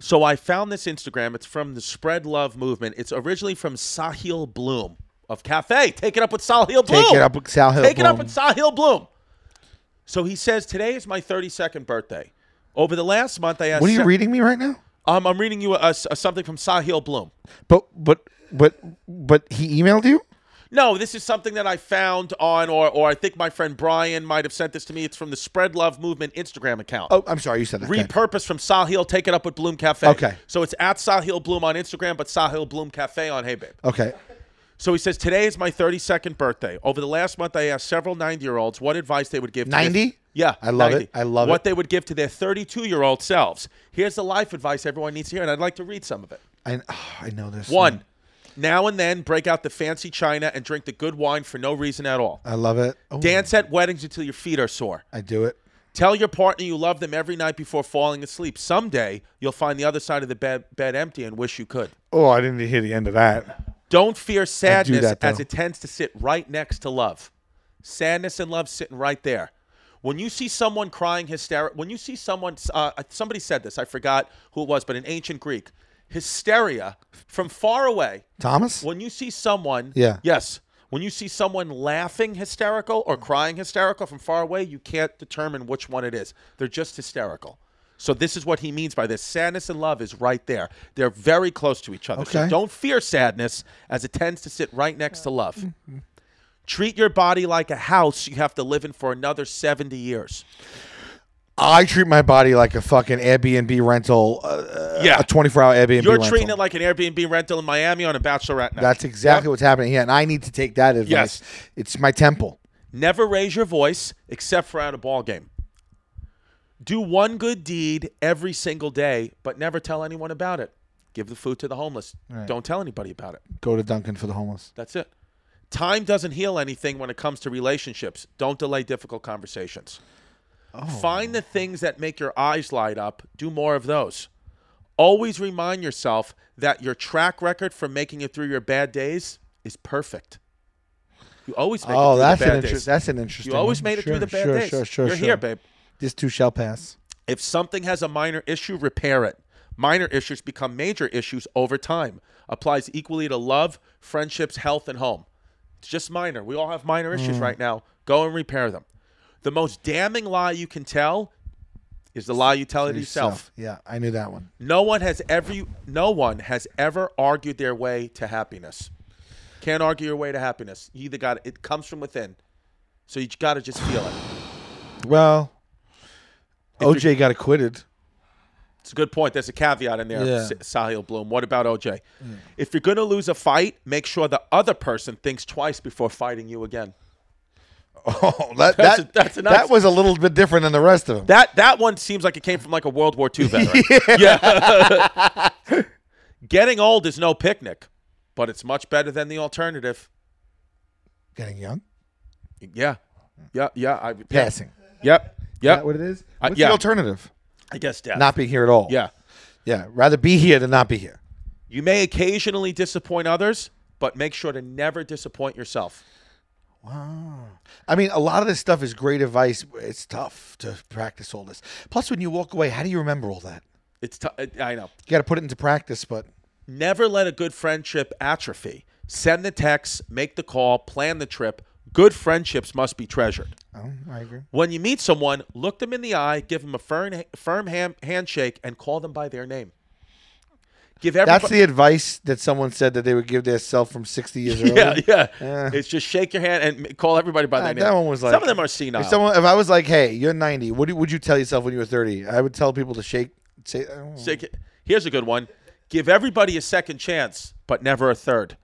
S4: So I found this Instagram. It's from the Spread Love movement. It's originally from Sahil Bloom. of Cafe. Take it up with Sahil Bloom.
S6: Take it up with Sal Hill.
S4: Take it up
S6: Bloom.
S4: with Sahil Bloom. So he says, Today is my 32nd birthday. Over the last month, I asked.
S6: What are you
S4: se-
S6: reading me right now?
S4: Um, I'm reading you a, a- something from Sahil Bloom.
S6: But but but but he emailed you.
S4: No, this is something that I found on, or, or I think my friend Brian might have sent this to me. It's from the Spread Love Movement Instagram account.
S6: Oh, I'm sorry, you said that. Okay.
S4: repurposed from Sahil, take it up with Bloom Cafe.
S6: Okay.
S4: So it's at Sahil Bloom on Instagram, but Sahil Bloom Cafe on Hey Babe.
S6: Okay.
S4: So he says, Today is my 32nd birthday. Over the last month, I asked several 90 year olds what advice they would give to their-
S6: 90?
S4: yeah.
S6: I love it. I love
S4: What
S6: it.
S4: they would give to their 32 year old selves. Here's the life advice everyone needs to hear, and I'd like to read some of it.
S6: I oh, I know this.
S4: One, now and then break out the fancy china and drink the good wine for no reason at all.
S6: I love it. Oh,
S4: Dance at weddings until your feet are sore.
S6: I do it.
S4: Tell your partner you love them every night before falling asleep. Someday you'll find the other side of the bed, bed empty and wish you could.
S6: Oh, I didn't hear the end of that.
S4: Don't fear sadness
S6: that,
S4: as
S6: though.
S4: it tends to sit right next to love. Sadness and love sitting right there. When you see someone crying hysteric, when you see someone, uh, somebody said this, I forgot who it was, but in ancient Greek, hysteria from far away.
S6: Thomas.
S4: When you see someone,
S6: Yeah.
S4: yes, when you see someone laughing hysterical or crying hysterical from far away, you can't determine which one it is. They're just hysterical. So this is what he means by this. Sadness and love is right there. They're very close to each other. So
S6: Okay.
S4: don't fear sadness, as it tends to sit right next to love.
S6: Mm-hmm.
S4: Treat your body like a house you have to live in for another 70 years.
S6: I treat my body like a fucking Airbnb rental. Uh,
S4: Yeah.
S6: A 24 hour Airbnb.
S4: You're
S6: rental.
S4: treating it like an Airbnb rental in Miami on a bachelorette night.
S6: That's exactly what's happening here, and I need to take that advice.
S4: Yes.
S6: It's my temple.
S4: Never raise your voice except for at a ball game. Do one good deed every single day, but never tell anyone about it. Give the food to the homeless. Don't tell anybody about it.
S6: Go to Duncan for the homeless.
S4: That's it. Time doesn't heal anything when it comes to relationships. Don't delay difficult conversations.
S6: Oh.
S4: Find the things that make your eyes light up. Do more of those. Always remind yourself that your track record for making it through your bad days is perfect. You always make it
S6: Oh,
S4: through
S6: that's
S4: the bad
S6: an
S4: days.
S6: interest. That's an interesting.
S4: You always
S6: one.
S4: made it
S6: Sure,
S4: through the bad
S6: sure,
S4: days.
S6: Sure, sure,
S4: You're
S6: sure.
S4: here, babe.
S6: This too shall pass.
S4: If something has a minor issue, repair it. Minor issues become major issues over time. Applies equally to love, friendships, health, and home. It's just minor. We all have minor issues right now. Go and repair them. The most damning lie you can tell is the lie you tell it yourself.
S6: Yeah, I knew that one.
S4: No one has every no one has ever argued their way to happiness. Can't argue your way to happiness. You either got it comes from within. So you got to just feel it.
S6: Well, OJ got acquitted.
S4: It's a good point. There's a caveat in there,
S6: Yeah. Mm.
S4: S- Sahil Bloom. What about OJ? If you're going to lose a fight, make sure the other person thinks twice before fighting you again.
S6: Oh, that
S4: That's
S6: that
S4: a- that's a nice-
S6: that was a little bit different than the rest of them.
S4: That that one seems like it came from like a World War II veteran. Yeah. Getting old is no picnic, but it's much better than the alternative.
S6: Getting young,
S4: Yeah. Yeah, yeah. I,
S6: passing.
S4: Yep.
S6: Is that
S4: Yep.
S6: what it is?
S4: Uh,
S6: What's
S4: yeah.
S6: the alternative?
S4: I guess death.
S6: Not being here at all.
S4: yeah.
S6: yeah. Rather be here than not be here.
S4: You may occasionally disappoint others, but make sure to never disappoint yourself.
S6: I mean, a lot of this stuff is great advice. It's tough to practice all this. Plus, when you walk away, how do you remember all that?
S4: It's t- I know.
S6: You got to put it into practice, but
S4: Never let a good friendship atrophy. Send the text, make the call, plan the trip. Good friendships must be treasured.
S6: oh, I agree.
S4: When you meet someone, look them in the eye, give them a firm, firm ham, handshake, and call them by their name. Give everybody.
S6: That's the advice that someone said that they would give their self from 60 years earlier.
S4: yeah, yeah,
S6: Yeah.
S4: It's just shake your hand and m- call everybody by
S6: Ah,
S4: their name.
S6: that one was like
S4: some of them are senile.
S6: If someone, if I was like, "Hey, you're 90. What do, would you tell yourself when you were 30?" I would tell people to shake. Say, I don't know.
S4: Shake it. Here's a good one: Give everybody a second chance, but never a third.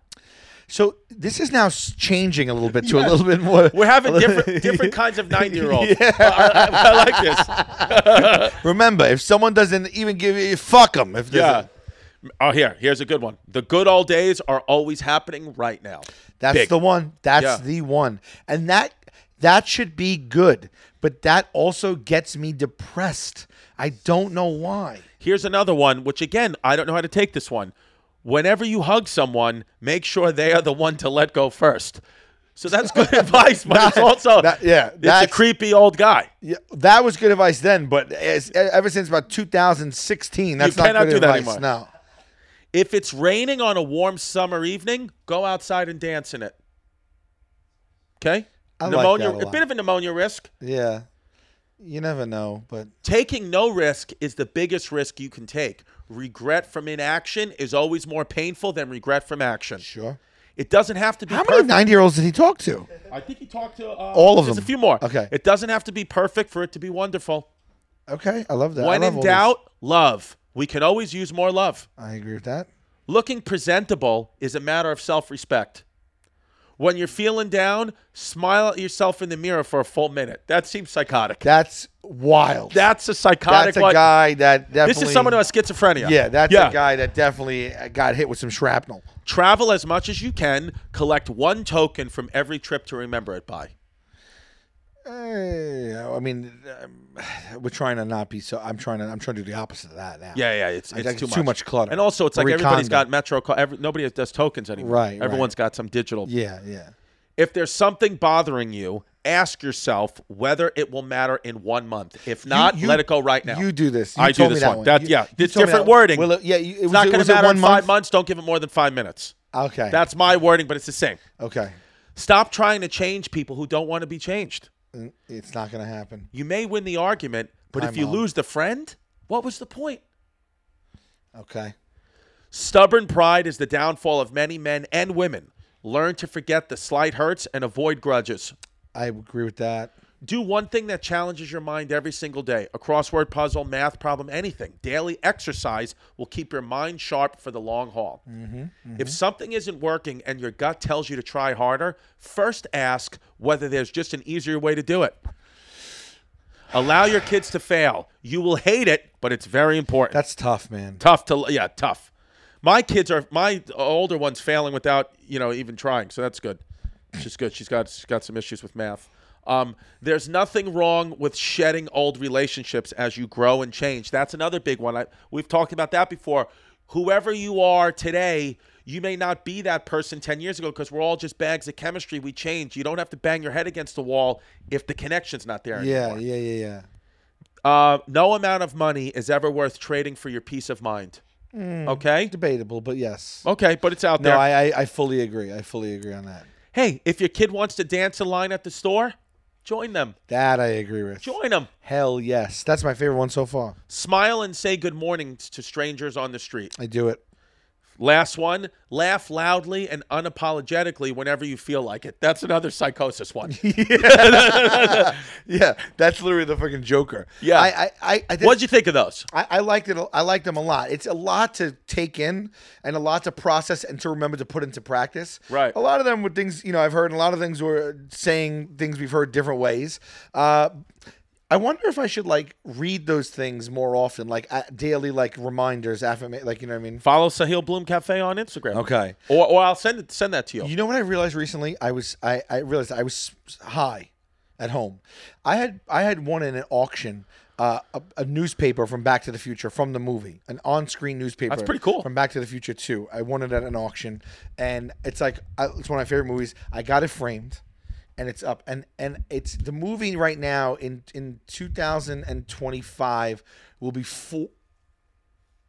S6: So this is now s- changing a little bit to a little bit more.
S4: We're having
S6: a little-
S4: different different kinds of nine year olds. I, I- I like this.
S6: Remember, if someone doesn't even give you, fuck them. If there's
S4: Yeah.
S6: a-
S4: Oh, here, here's a good one. The good old days are always happening right now.
S6: That's
S4: Big.
S6: the one. That's
S4: Yeah.
S6: the one. And that that should be good, but that also gets me depressed. I don't know why.
S4: Here's another one, which again, I don't know how to take this one. Whenever you hug someone, make sure they are the one to let go first. So that's good advice, but it's
S6: That-
S4: also
S6: that- yeah,
S4: it's a
S6: that's-
S4: creepy old guy.
S6: Yeah, that was good advice e, then, but as, ever since about 2016, that's not
S4: cannot
S6: good
S4: do that
S6: advice
S4: anymore.
S6: now.
S4: If it's raining on a warm summer evening, go outside and dance in it. Okay?
S6: I like
S4: pneumonia,
S6: that a lot.
S4: bit of a pneumonia risk.
S6: Yeah. You never know, but
S4: Taking no risk is the biggest risk you can take. Regret from inaction is always more painful than regret from action.
S6: sure.
S4: It doesn't have to be
S6: How many
S4: perfect.
S6: nine-year-olds did he talk to?
S4: I think he talked to uh,
S6: All of
S4: there's
S6: them.
S4: a few more.
S6: Okay.
S4: It doesn't have to be perfect for it to be wonderful.
S6: Okay, I love that. I
S4: when
S6: love
S4: in
S6: all this.
S4: doubt, love. We can always use more love.
S6: I agree with that.
S4: Looking presentable is a matter of self respect. When you're feeling down, smile at yourself in the mirror for a full minute. That seems psychotic.
S6: That's wild.
S4: that's a psychotic.
S6: that's a
S4: like-
S6: guy that definitely.
S4: this is someone who has schizophrenia.
S6: Yeah, that's
S4: yeah.
S6: a guy that definitely got hit with some shrapnel.
S4: Travel as much as you can. Collect one token from every trip to remember it by.
S6: Eh, I mean, um, we're trying to not be so. I'm trying to. I'm trying to do the opposite of that now.
S4: Yeah, yeah, it's,
S6: I
S4: it's
S6: think
S4: too,
S6: it's
S4: much.
S6: too much clutter.
S4: And also, it's like
S6: Marie
S4: everybody's
S6: Kondo.
S4: got Metro. co- Every, nobody does tokens anymore.
S6: Right,
S4: Everyone's
S6: right.
S4: got some digital.
S6: Yeah, yeah.
S4: If there's something bothering you, ask yourself whether it will matter in one month. If not,
S6: you-
S4: let it go right now.
S6: You do this. You
S4: I do
S6: told me
S4: this
S6: that
S4: one. That-
S6: You-
S4: yeah,
S6: you
S4: it's
S6: told me
S4: different
S6: that one.
S4: wording.
S6: Well, it- yeah, you- it was,
S4: It's not
S6: it
S4: going to
S6: was it
S4: matter
S6: one
S4: in
S6: month?
S4: five months. Don't give it more than five minutes.
S6: Okay,
S4: That's my wording, but it's the same.
S6: okay.
S4: Stop trying to change people who don't want to be changed.
S6: Mm, It's not going to happen.
S4: You may win the argument, but
S6: Hi,
S4: if you
S6: Mom.
S4: lose the friend, what was the point?
S6: Okay.
S4: Stubborn pride is the downfall of many men and women. Learn to forget the slight hurts and avoid grudges.
S6: I agree with that.
S4: Do one thing that challenges your mind every single day a crossword puzzle, math problem, anything. Daily exercise will keep your mind sharp for the long haul. If something isn't working and your gut tells you to try harder, first ask whether there's just an easier way to do it. Allow your kids to fail. You will hate it, but it's very important.
S6: That's tough, man.
S4: tough to yeah tough my kids are my older ones failing without you know even trying so that's good she's good she's got she's got some issues with math um, there's nothing wrong with shedding old relationships as you grow and change that's another big one I, we've talked about that before whoever you are today you may not be that person 10 years ago because we're all just bags of chemistry we change you don't have to bang your head against the wall if the connection's not there
S6: Yeah,
S4: anymore.
S6: yeah, yeah, yeah.
S4: Uh, no amount of money is ever worth trading for your peace of mind okay
S6: Debatable, but yes.
S4: Okay, but it's out
S6: Hmm. no,
S4: there.
S6: I, I I fully agree. I fully agree on that.
S4: hey, if your kid wants to dance a line at the store, join them.
S6: That I agree with.
S4: Join them.
S6: Hell yes. That's my favorite one so far.
S4: Smile and say good morning to strangers on the street.
S6: I do it.
S4: Last one, laugh loudly and unapologetically whenever you feel like it. That's another psychosis one.
S6: Yeah, that's literally the fucking Joker.
S4: Yeah.
S6: I I I, I, did,
S4: What'd you think of those?
S6: I, I liked it. I liked them a lot. It's a lot to take in and a lot to process and to remember to put into practice.
S4: Right.
S6: A lot of them were things you know I've heard, and a lot of things were saying things we've heard different ways. Uh, I wonder if I should like read those things more often, like uh, daily, like reminders, affirmation, like you know what I mean.
S4: Follow Sahil Bloom Cafe on Instagram.
S6: Okay.
S4: Or, or I'll send it send that to you.
S6: You know what I realized recently? I was I, I realized I was high at home. I had I had won in an auction uh, a, a newspaper from Back to the Future from the movie, an on-screen newspaper.
S4: That's pretty cool.
S6: From Back to the Future 2. I won it at an auction, and it's like I, it's one of my favorite movies. I got it framed. And it's up, and and it's the movie right now in in 2025 will be four,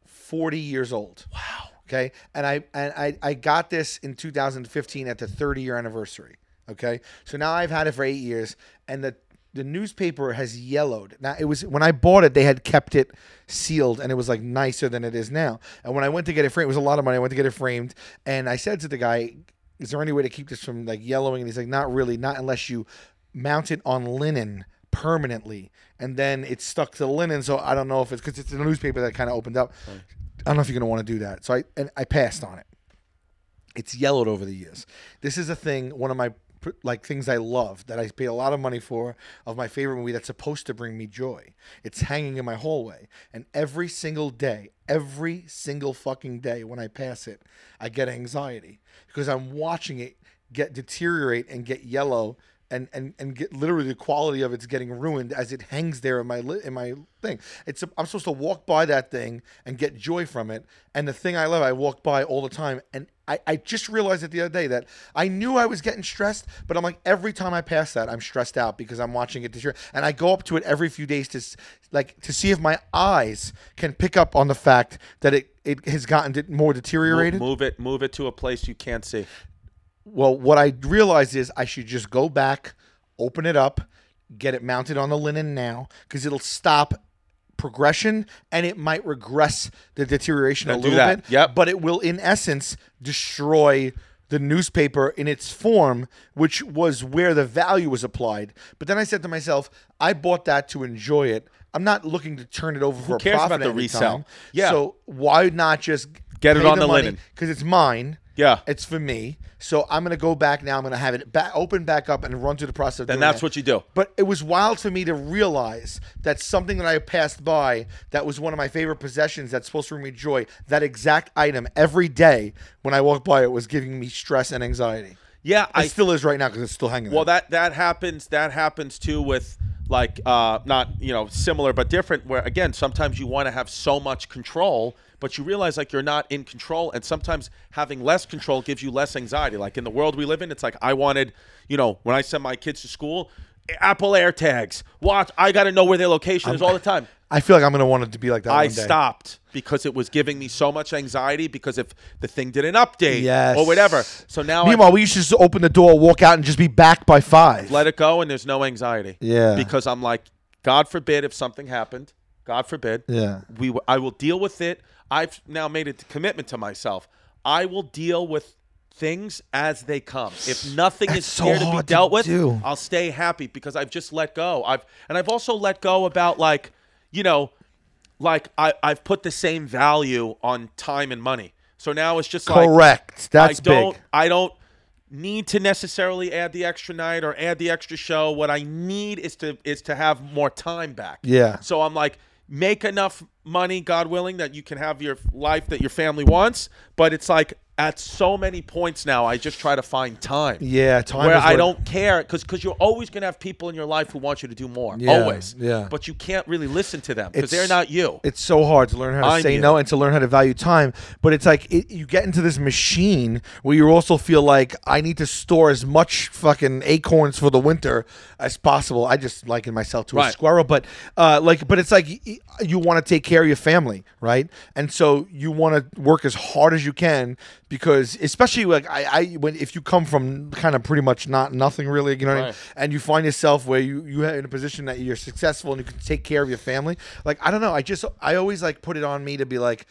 S6: 40 years old. Wow. Okay. And I and I, I got this in 2015 at the 30 year anniversary. Okay. So now I've had it for eight years and the the newspaper has yellowed. Now it was when I bought it, they had kept it sealed and it was like nicer than it is now. And when I went to get it framed, it was a lot of money. I went to get it framed and I said to the guy, Is there any way to keep this from like yellowing? And he's like, Not really, not unless you mount it on linen permanently and then it's stuck to the linen so i don't know if it's because it's a newspaper that kind of opened up i don't know if you're going to want to do that so i and i passed on it it's yellowed over the years this is a thing one of my pr- like things i love that i pay a lot of money for of my favorite movie that's supposed to bring me joy it's hanging in my hallway and every single day every single fucking day when i pass it i get anxiety because i'm watching it get deteriorate and get yellow and and and get literally the quality of it's getting ruined as it hangs there in my li- in my thing. It's I'm supposed to walk by that thing and get joy from it. And the thing I love, I walk by all the time. And I, I just realized it the other day that I knew I was getting stressed, but I'm like every time I pass that, I'm stressed out because I'm watching it this year. And I go up to it every few days to s- like to see if my eyes can pick up on the fact that it it has gotten de- more deteriorated.
S4: Move it, move it to a place you can't see.
S6: Well, what I realized is I should just go back, open it up, get it mounted on the linen now, because it'll stop progression and it might regress the deterioration a
S4: do
S6: little
S4: that.
S6: bit.
S4: Yep.
S6: But it will, in essence, destroy the newspaper in its form, which was where the value was applied. But then I said to myself, I bought that to enjoy it. I'm not looking to turn it over for
S4: cares
S6: a
S4: about
S6: profit
S4: the
S6: every
S4: resell?
S6: time.
S4: Yeah.
S6: So why not just
S4: Get it on the linen.
S6: because it's mine.
S4: Yeah.
S6: It's for me. So I'm gonna go back now. I'm gonna have it back open back up and run through the process. of
S4: Then
S6: doing
S4: that's
S6: that.
S4: what you do.
S6: But it was wild for me to realize that something that I passed by that was one of my favorite possessions that's supposed to bring me joy. That exact item every day when I walked by it was giving me stress and anxiety.
S4: Yeah,
S6: It
S4: I
S6: still is right now because it's still hanging.
S4: Well,
S6: there.
S4: that that happens. That happens too with like uh, not you know similar but different. Where again, sometimes you want to have so much control, but you realize like you're not in control, and sometimes having less control gives you less anxiety. Like in the world we live in, it's like I wanted, you know, when I send my kids to school, Apple AirTags. Watch, I got to know where their location is all the time.
S6: I feel like I'm gonna want it to be like that.
S4: I
S6: one day.
S4: stopped because it was giving me so much anxiety because if the thing did an update
S6: Yes.
S4: or whatever. So now I
S6: Meanwhile, we used to just open the door, walk out, and just be back by five.
S4: let it go and there's no anxiety.
S6: Yeah.
S4: Because I'm like, God forbid if something happened. God forbid.
S6: Yeah.
S4: We w- I will deal with it. I've now made a commitment to myself. I will deal with things as they come. If nothing is
S6: so
S4: there to be
S6: hard to
S4: dealt with,
S6: do.
S4: I'll stay happy because I've just let go. I've and I've also let go about like, you know, like I, I've put the same value on time and money. So now it's just like
S6: Correct. That's
S4: I don't
S6: big.
S4: I don't need to necessarily add the extra night or add the extra show. What I need is to is to have more time back.
S6: Yeah.
S4: So I'm like make enough money God willing that you can have your life that your family wants, but it's like at so many points now I just try to find time.
S6: Yeah, time
S4: Where
S6: is
S4: I
S6: what-
S4: don't care cuz cuz you're always going to have people in your life who want you to do more.
S6: Yeah,
S4: always.
S6: yeah.
S4: But you can't really listen to them cuz
S6: It's-
S4: they're not you.
S6: It's so hard to learn how to
S4: I'm
S6: say
S4: you.
S6: no and to learn how to value time. But it's like it, you get into this machine where you also feel like I need to store as much fucking acorns for the winter as possible. I just liken myself to a
S4: Right.
S6: squirrel, but uh, like, but it's like y- y- you want to take care of your family, right? And so you want to work as hard as you can because, especially like I, I when if you come from kind of pretty much not nothing really, you know, what I mean?
S4: Right.
S6: and you find yourself where you you are in a position that you're successful and you can take care of your family. Like I don't know, I just I always like put it on me to be like.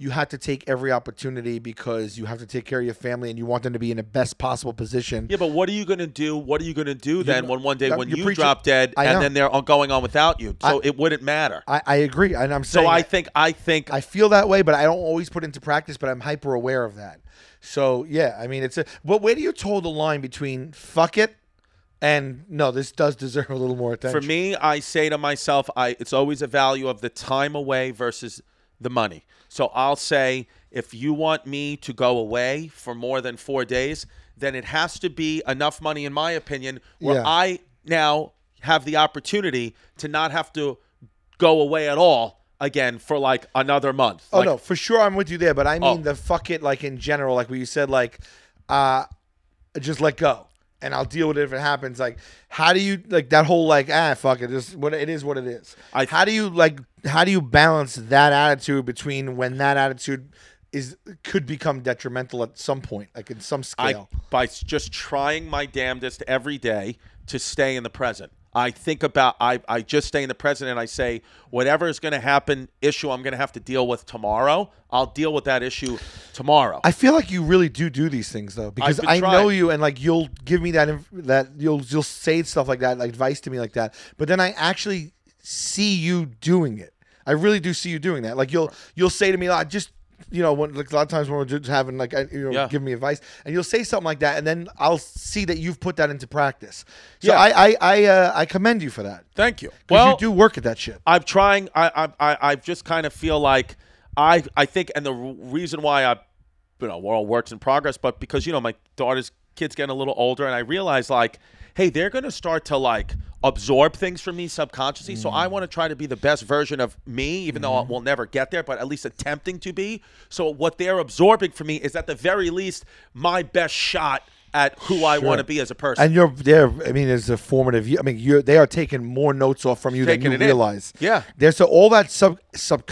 S6: You have to take every opportunity because you have to take care of your family and you want them to be in the best possible position.
S4: Yeah, but what are you going to do? What are you going to do then
S6: know-
S4: when one day
S6: Uh,
S4: when
S6: you're
S4: you
S6: preaching-
S4: drop dead
S6: I
S4: and
S6: know.
S4: then they're all going on without you? So
S6: I-
S4: it wouldn't matter.
S6: I, I agree, and I'm
S4: so
S6: saying
S4: I think I think
S6: I feel that way, but I don't always put it into practice. But I'm hyper aware of that. So yeah, I mean, it's a. But where do you toe the line between fuck it and no? This does deserve a little more attention.
S4: for me I say to myself I it's always a value of the time away versus the money. So I'll say if you want me to go away for more than 4 days, then it has to be enough money in my opinion where
S6: Yeah.
S4: I now have the opportunity to not have to go away at all again for like another month.
S6: oh
S4: Like,
S6: no, for sure, I'm with you there. But I mean
S4: Oh.
S6: the fuck it, like in general, like what you said, like, uh, just let go. And I'll deal with it if it happens. Like, how do you like that whole like ah fuck it, just what it is what it is.
S4: I-
S6: how do you like how do you balance that attitude between when that attitude is could become detrimental at some point, like in some
S4: I,
S6: scale.
S4: by s- just trying my damnedest every day to stay in the present. I think about I, I just stay in the present and I say whatever is going to happen issue I'm going to have to deal with tomorrow. I'll deal with that issue tomorrow.
S6: I feel like you really do do these things though, because
S4: been
S6: I know
S4: trying.
S6: you, and like you'll give me that inf- that you'll you'll say stuff like that, like advice to me like that. But then I actually see you doing it. I really do see you doing that. Like you'll you'll say to me, like just you know, when, like a lot of times when we're just having like I, you know,
S4: Yeah.
S6: give me advice, and you'll say something like that, and then I'll see that you've put that into practice. So
S4: Yeah.
S6: I I I, uh, I commend you for that.
S4: Thank you.
S6: 'Cause
S4: Well,
S6: you do work at that shit.
S4: I'm trying. I I I, I just kind of feel like I I think, and the r- reason why I, you know, we're all works in progress, but because you know my daughter's kids getting a little older, and I realize like, hey, they're gonna start to like absorb things from me subconsciously. So I want to try to be the best version of me, even though I will never get there, but at least attempting to be. So what they're absorbing from me is at the very least my best shot at who I want to be as a person.
S6: And you're there. I mean, it's a formative. I mean, you're they are taking more notes off from you
S4: Taking
S6: than
S4: it
S6: you
S4: in.
S6: realize.
S4: Yeah.
S6: There's so all that sub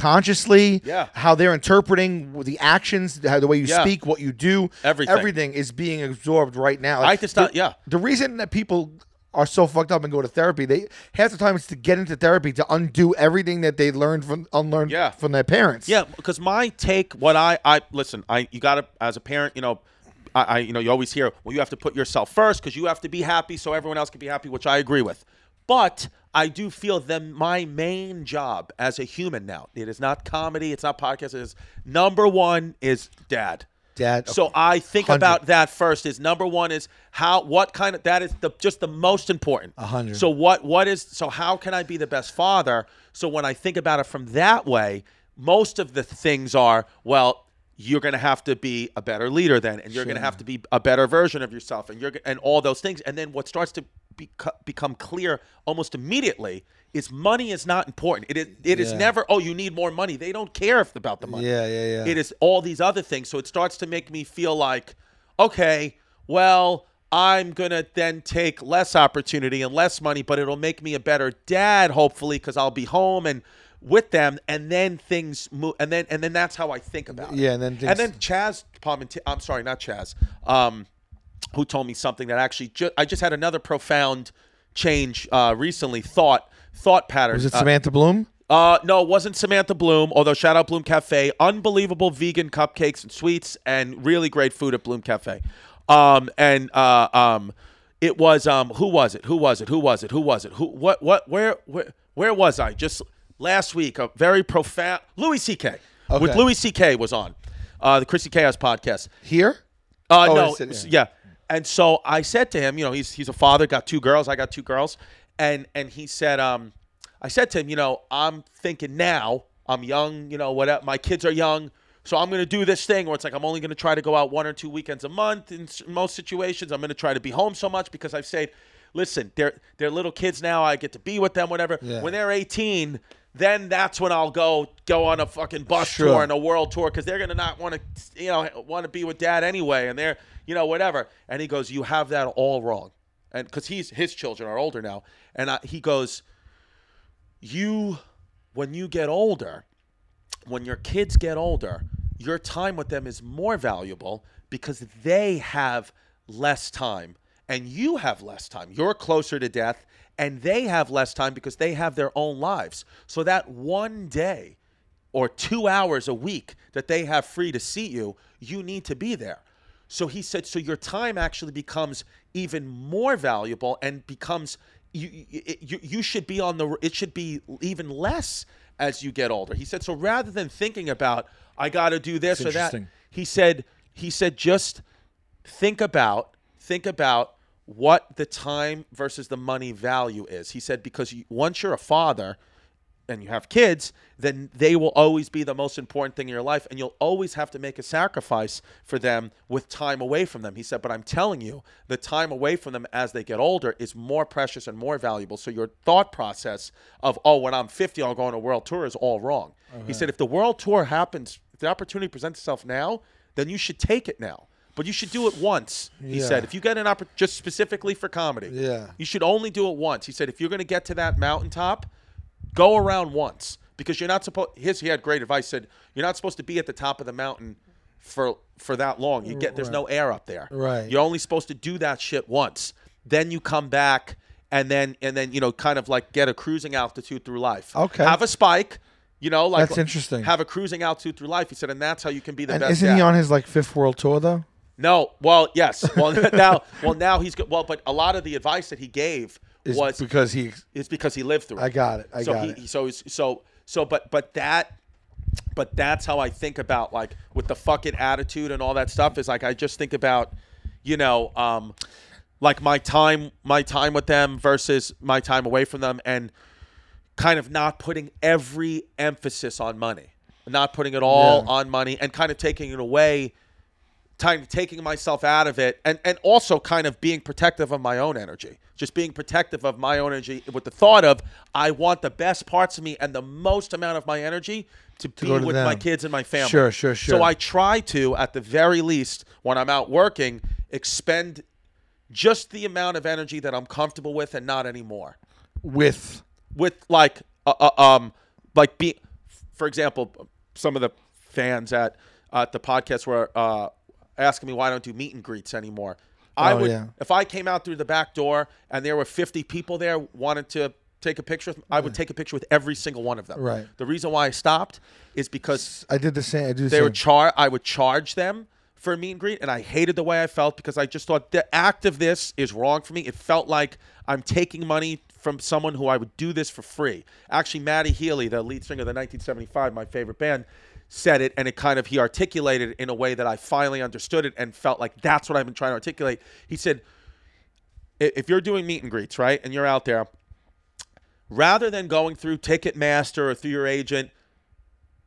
S6: subconsciously.
S4: Yeah.
S6: How they're interpreting the actions, how the way you
S4: Yeah.
S6: speak, what you do.
S4: Everything.
S6: Everything is being absorbed right now.
S4: I just thought-
S6: the-
S4: yeah.
S6: The reason that people are so fucked up and go to therapy, they half the time it's to get into therapy to undo everything that they learned from unlearned
S4: Yeah.
S6: from their parents.
S4: Yeah, because my take, what I, I listen, I you got to as a parent, you know, I, I, you know, you always hear, well, you have to put yourself first because you have to be happy so everyone else can be happy, which I agree with. But I do feel that my main job as a human now, it is not comedy, it's not podcast, it is number one is dad.
S6: Dad,
S4: So I think
S6: 100.
S4: about that first. Is number one is how what kind of that is the just the most important. A
S6: hundred.
S4: So what what is so how can I be the best father? So when I think about it from that way, most of the things are well. You're going to have to be a better leader then, and you're going to have to be a better version of yourself, and you're g- and all those things. And then what starts to beco- become clear almost immediately is money is not important. It is it is
S6: Yeah.
S4: never oh you need more money. They don't care if, about the money.
S6: Yeah, yeah, yeah.
S4: It is all these other things. So it starts to make me feel like, okay, well, I'm gonna then take less opportunity and less money, but it'll make me a better dad, hopefully, because I'll be home and with them, and then things move, and then and then that's how I think about it.
S6: Yeah, and then
S4: and
S6: things-
S4: then Chaz Palmentier, I'm sorry, not Chaz, um, who told me something that actually ju- I just had another profound change uh, recently. Thought thought pattern.
S6: Was it
S4: uh,
S6: Samantha Bloom?
S4: uh, no, it wasn't Samantha Bloom, although shout out Bloom Cafe. Unbelievable vegan cupcakes and sweets and really great food at Bloom Cafe. Um, and uh, um, it was um, who was it? Who was it? Who was it? Who was it? Who what what where where where was I? Just last week, a very profound Louis C.K. With Louis C.K. was on uh, the Chrissy Chaos podcast.
S6: Here?
S4: Uh,
S6: Oh,
S4: no,
S6: it's-
S4: it's- yeah. And so I said to him, you know, he's he's a father, got two girls, I got two girls, and and he said, um, I said to him, you know, I'm thinking now, I'm young, you know, whatever. My kids are young, so I'm gonna do this thing where it's like I'm only gonna try to go out one or two weekends a month. In s- most situations, I'm gonna try to be home so much because I've said, listen, they're they're little kids now. I get to be with them, whatever. When they're 18. Then that's when I'll go go on a fucking bus
S6: Sure.
S4: tour and a world tour because they're gonna not want to, you know, want to be with dad anyway, and they're, you know, whatever. And he goes, "You have that all wrong," and because he's his children are older now, and I, he goes, "You, when you get older, when your kids get older, your time with them is more valuable because they have less time and you have less time. You're closer to death and they have less time because they have their own lives. So that one day or two hours a week that they have free to see you, you need to be there. So he said, so your time actually becomes even more valuable and becomes you you, it- you you should be on the it should be even less as you get older. He said, so rather than thinking about I got to do this or that,
S6: interesting.
S4: he said he said just think about think about what the time versus the money value is. He said because you, once you're a father and you have kids, then they will always be the most important thing in your life, and you'll always have to make a sacrifice for them with time away from them. He said, but I'm telling you, the time away from them as they get older is more precious and more valuable. So your thought process of oh, when I'm 50, I'll go on a world tour is all wrong. He said, if the world tour happens, if the opportunity presents itself now, then you should take it now. But you should do it once, he
S6: Yeah.
S4: said. If you get an opportunity, just specifically for comedy,
S6: Yeah.
S4: you should only do it once. He said, if you're going to get to that mountaintop, go around once because you're not supposed. His he had great advice. Said you're not supposed to be at the top of the mountain for for that long. You get there's no air up there.
S6: Right.
S4: You're only supposed to do that shit once. Then you come back and then and then you know kind of like get a cruising altitude through life.
S6: Okay.
S4: Have a spike. You know, like
S6: That's interesting.
S4: Have a cruising altitude through life. He said, and that's how you can be the
S6: And
S4: best.
S6: isn't he
S4: dad.
S6: on his like fifth world tour though?
S4: No. Well, yes. Well, now, well, now he's good. Well, but a lot of the advice that he gave
S6: Is
S4: was
S6: because he
S4: is because he lived through.
S6: I got it. I
S4: so
S6: got
S4: he,
S6: it.
S4: So he's- so so but but that but that's how I think about like with the fucking attitude and all that stuff is like I just think about you know um like my time my time with them versus my time away from them and kind of not putting every emphasis on money not putting it all
S6: Yeah.
S4: on money and kind of taking it away kind of taking myself out of it and and also kind of being protective of my own energy just being protective of my own energy with the thought of i want the best parts of me and the most amount of my energy to, be
S6: go to
S4: with my
S6: them.
S4: kids and my family
S6: Sure, sure, sure.
S4: so i try to at the very least when i'm out working expend just the amount of energy that I'm comfortable with and not anymore.
S6: with
S4: With like uh, uh, um like be for example, some of the fans at uh, at the podcast were uh, asking me why I don't do meet and greets anymore. I
S6: Oh,
S4: would
S6: yeah.
S4: if I came out through the back door and there were 50 people there wanted to take a picture with me, I would take a picture with every single one of them.
S6: Right.
S4: The reason why I stopped is because
S6: I did the same. I do the
S4: they
S6: same.
S4: were char I would charge them for a meet and greet and I hated the way I felt because I just thought the act of this is wrong for me. It felt like I'm taking money from someone who I would do this for free. Actually Matty Healy, the lead singer of the 1975, my favorite band, said it and it kind of he articulated it in a way that I finally understood it and felt like that's what I've been trying to articulate. He said i- if you're doing meet and greets, right? And you're out there rather than going through Ticketmaster or through your agent,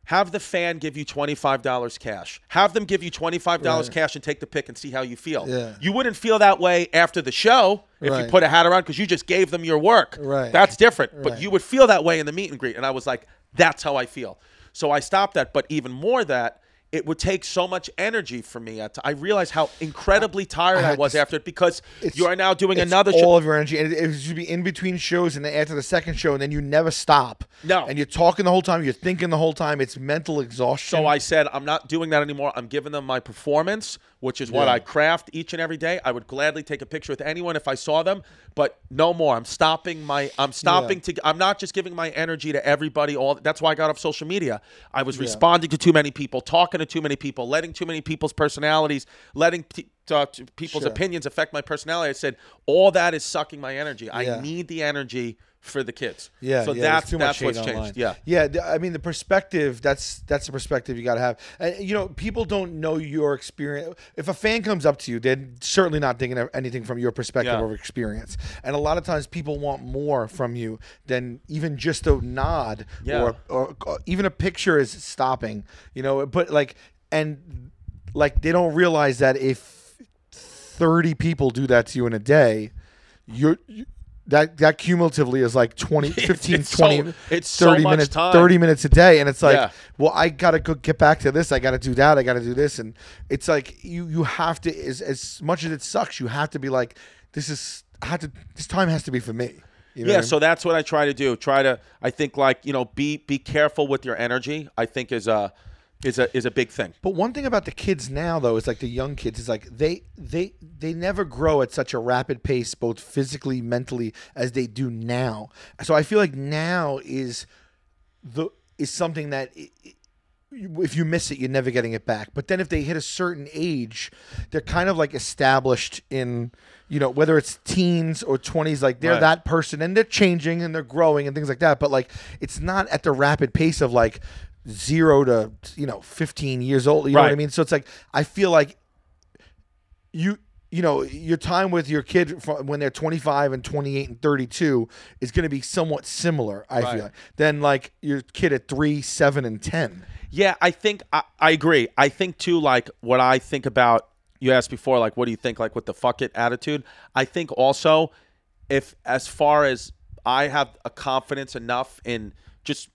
S4: have the fan give you $25 cash. Have them give you $25 cash and take the pick and see how you feel.
S6: Yeah.
S4: You wouldn't feel that way after the show if
S6: Right.
S4: you put a hat around because you just gave them your work.
S6: Right.
S4: That's different. But
S6: Right.
S4: you would feel that way in the meet and greet. And I was like, that's how I feel. So I stopped that. But even more that, it would take so much energy for me. at- I realized how incredibly tired I,
S6: had
S4: was
S6: to s-
S4: after it because
S6: It's-
S4: you are now doing
S6: it's
S4: another
S6: all
S4: show.
S6: of your energy, and it, it should be in between shows, and then after the second show, and then you never stop.
S4: No.
S6: and you're talking the whole time, you're thinking the whole time. It's mental exhaustion.
S4: So I said, I'm not doing that anymore. I'm giving them my performance, which is what I craft each and every day. I would gladly take a picture with anyone if I saw them, but no more. I'm stopping my. I'm stopping to. I'm not just giving my energy to everybody. All that's why I got off social media. I was responding to too many people, talking to too many people, letting too many people's personalities, letting. T- uh, t- people's opinions affect my personality. I said all that is sucking my energy. I
S6: Yeah.
S4: need the energy for the kids.
S6: Yeah,
S4: So
S6: yeah, there's
S4: that's
S6: too much
S4: that's
S6: hate
S4: what's
S6: online.
S4: changed. Yeah.
S6: yeah. th- I mean, the perspective that's that's the perspective you got to have. And you know, people don't know your experience. If a fan comes up to you, they're certainly not thinking of anything from your perspective
S4: Yeah.
S6: or experience. And a lot of times, people want more from you than even just a nod
S4: Yeah.
S6: or or or even a picture is stopping. You know, but like and like they don't realize that if 30 people do that to you in a day, you're you, that that cumulatively is like 20 15
S4: it's
S6: 20
S4: so- it's so
S6: 30
S4: much
S6: minutes
S4: time.
S6: 30 minutes a day and it's like
S4: Yeah.
S6: well I got to go get back to this I got to do that I got to do this and it's like you you have to as, as much as it sucks you have to be like this is I have to this time has to be for me. You know
S4: yeah
S6: what I mean?
S4: so that's what i try to do try to i think like you know be be careful with your energy i think is a is a is a big thing
S6: But one thing about the kids now, though, is like the young kids is like they they they never grow at such a rapid pace, both physically, mentally, as they do now. So I feel like now is the is something that i- i- you- if you miss it, you're never getting it back. But then if they hit a certain age, they're kind of like established in you know whether it's teens or 20s like they're
S4: Right.
S6: that person and they're changing and they're growing and things like that but like it's not at the rapid pace of like 0 to you know 15 years old you know what i
S4: Right.
S6: mean so it's like i feel like you you know your time with your kid fr- when they're 25 and 28 and 32 is going to be somewhat similar i feel like than like your kid at 3 7 and 10
S4: yeah i think I, I agree i think too like what i think about you asked before like what do you think like with the fuck it attitude i think also if as far as i have a confidence enough in just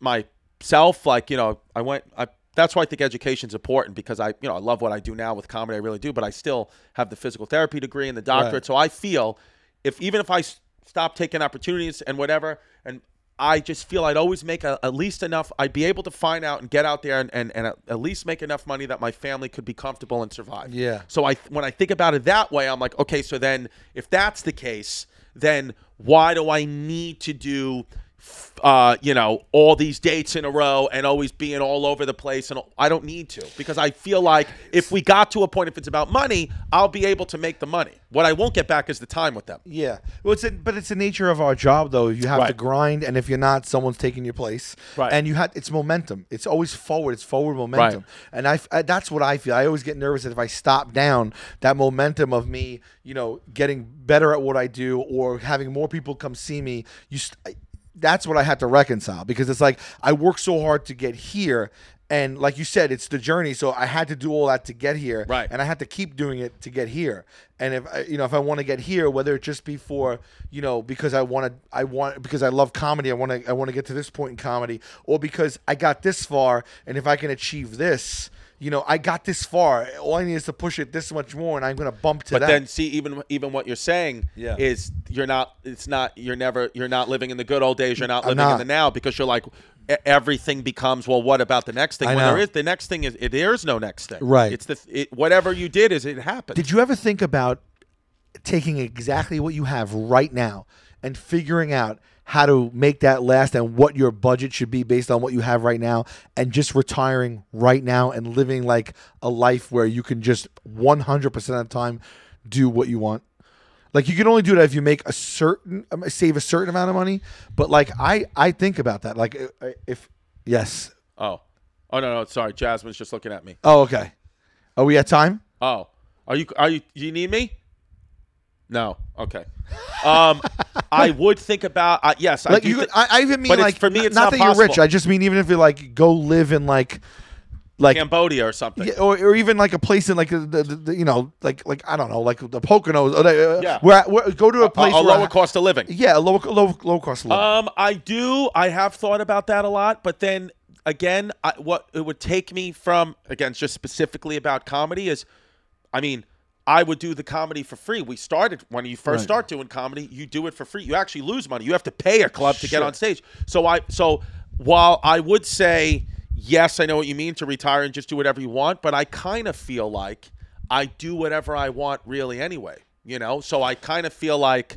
S4: myself like you know i went i that's why I think education's important because I, you know, I love what I do now with comedy. I really do, but I still have the physical therapy degree and the doctorate. So I feel if even if I s- stop taking opportunities and whatever, and I just feel I'd always make a, at least enough. I'd be able to find out and get out there and, and, and at- at least make enough money that my family could be comfortable and survive.
S6: Yeah.
S4: So I when I think about it that way, I'm like, okay, so then if that's the case, then why do I need to do f- uh, you know, all these dates in a row and always being all over the place and all- I don't need to because I feel like if we got to a point if it's about money, I'll be able to make the money. What I won't get back is the time with them.
S6: Yeah. Well, it's a, but it's the nature of our job, though. You have to
S4: Right.
S6: grind, and if you're not, someone's taking your place.
S4: Right.
S6: And you had it's momentum. It's always forward. It's forward momentum. And I, f- I- that's what I feel. I always get nervous that if I stop down, that momentum of me, you know, getting better at what I do or having more people come see me, you. St- I- that's what I had to reconcile because it's like I worked so hard to get here. And like you said, it's the journey. So I had to do all that to get here.
S4: Right.
S6: And I had to keep doing it to get here. And if I, you know, if I want to get here, whether it just be for you know because I want to, I want because I love comedy, I want to, I want to get to this point in comedy, or because I got this far, and if I can achieve this, you know, I got this far. All I need is to push it this much more, and I'm going to bump to
S4: But
S6: that.
S4: then see even even what you're saying
S6: Yeah.
S4: is you're not it's not you're never you're not living in the good old days you're not living in
S6: not.
S4: the now because you're like e- everything becomes well what about the next thing
S6: I
S4: when there
S6: know.
S4: is the next thing is it, there is no next thing
S6: Right.
S4: it's the it, whatever you did is it happened
S6: Did you ever think about taking exactly what you have right now and figuring out how to make that last and what your budget should be based on what you have right now and just retiring right now and living like a life where you can just 100% of the time do what you want? Like you can only do that if you make a certain um, save a certain amount of money, but like I I think about that. Like uh, if yes.
S4: oh oh no no sorry Jasmine's just looking at me
S6: Oh okay. Are we at time?
S4: oh are you are you do you need me no okay um I would think about uh, yes I
S6: like
S4: do
S6: you,
S4: thi-
S6: I, I even mean
S4: but it's-
S6: like
S4: for me it's
S6: not,
S4: not,
S6: that
S4: possible.
S6: you're rich. I just mean even if you like go live in like like
S4: Cambodia or something
S6: yeah, or, or even like a place in like the, the, the you know like like I don't know like the Poconos. Or the, uh,
S4: Yeah.
S6: where, where go to a
S4: a,
S6: place
S4: a
S6: where
S4: lower cost of living
S6: Yeah, a low low low cost. of living.
S4: Um, I do. I have thought about that a lot, but then again, I, what it would take me from again, just specifically about comedy is, I mean, I would do the comedy for free. We started when you first start doing comedy, you do it for free. You actually lose money. You have to pay a club to get on stage. So I so while I would say yes, I know what you mean to retire and just do whatever you want, but I kind of feel like I do whatever I want really anyway. You know, so I kind of feel like.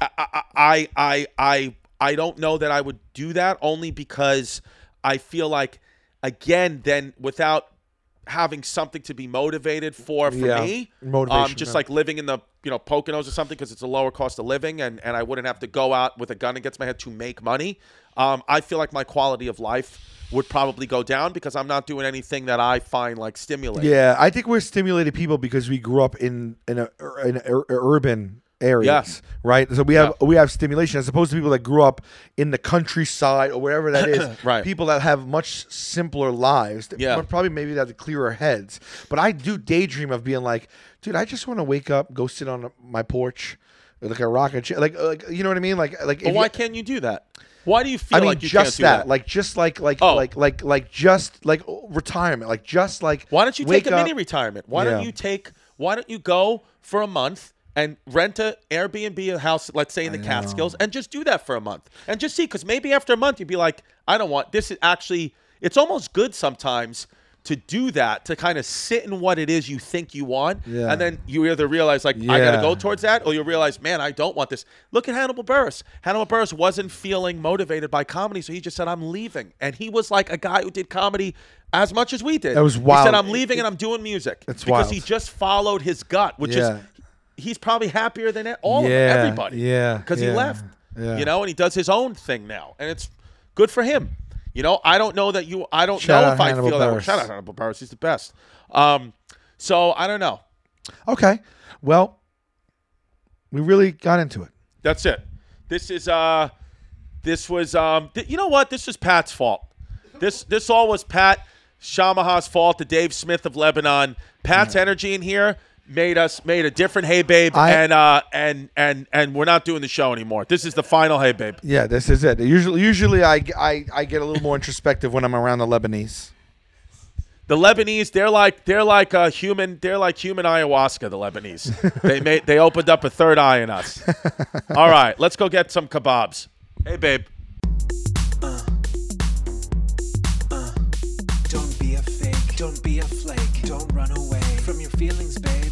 S4: I I I I I don't know that I would do that only because I feel like again then without having something to be motivated for for
S6: Yeah,
S4: me um
S6: motivation,
S4: just
S6: yeah.
S4: like living in the you know Poconos or something because it's a lower cost of living and and I wouldn't have to go out with a gun against my head to make money um I feel like my quality of life would probably go down because I'm not doing anything that I find like stimulating
S6: yeah, I think we're stimulated people because we grew up in in a, in a ur- urban areas,
S4: Yes.
S6: right? So we have we have stimulation as opposed to people that grew up in the countryside or wherever that is.
S4: Right.
S6: People that have much simpler lives. that
S4: Yeah.
S6: pro- Probably maybe that have clearer heads. But I do daydream of being like, dude, I just want to wake up, go sit on my porch, like a rocket chair, like uh, like you know what I mean? Like like. if
S4: but
S6: you-
S4: why can't you do that why do you feel
S6: I mean,
S4: like you
S6: just
S4: can't do
S6: that.
S4: that,
S6: like just like like
S4: Oh.
S6: like like like just like retirement, like just like.
S4: Why don't you
S6: wake
S4: take a mini
S6: up-
S4: retirement? Why don't
S6: Yeah.
S4: you take? Why don't you go for a month and rent a Airbnb a house, let's say in the Catskills, and just do that for a month and just see? Because maybe after a month you'd be like, I don't want this. Is actually, it's almost good sometimes to do that to kind of sit in what it is you think you want,
S6: Yeah.
S4: and then you either realize like I gotta
S6: Yeah.
S4: go towards that, or you realize, man, I don't want this. Look at Hannibal Burris. Hannibal Burris wasn't feeling motivated by comedy, so he just said, I'm leaving, and he was like a guy who did comedy. As much as we did,
S6: That was
S4: he said,
S6: wild.
S4: "I'm leaving and I'm doing music."
S6: It's
S4: because
S6: wild.
S4: he just followed his gut, which
S6: Yeah.
S4: is he's probably happier than all
S6: Yeah,
S4: of them, everybody.
S6: yeah,
S4: because he
S6: yeah,
S4: left,
S6: yeah.
S4: you know, and he does his own thing now, and it's good for him. You know, I don't know that you. I don't
S6: Shout
S4: know
S6: out
S4: if I
S6: Hannibal
S4: feel that. way.
S6: Buress.
S4: Shout out Hannibal Burris. He's the best. Um, so I don't know.
S6: Okay. Well, we really got into it.
S4: That's it. This is uh, this was um, th- you know what? This was Pat's fault. This this all was Pat Shamaha's fault. The Dave Smith of Lebanon. Pat's energy in here made us made a different hey babe,
S6: I-
S4: and uh, and and and we're not doing the show anymore. This is the final hey babe.
S6: Yeah, this is it. Usually, usually I, I, I get a little more introspective when I'm around the Lebanese.
S4: The Lebanese, they're like they're like uh, human. They're like human ayahuasca. The Lebanese, they made they opened up a third eye in us. All right, let's go get some kebabs. Hey babe.
S3: Don't be a fake, don't be a flake, don't run away from your feelings, babe.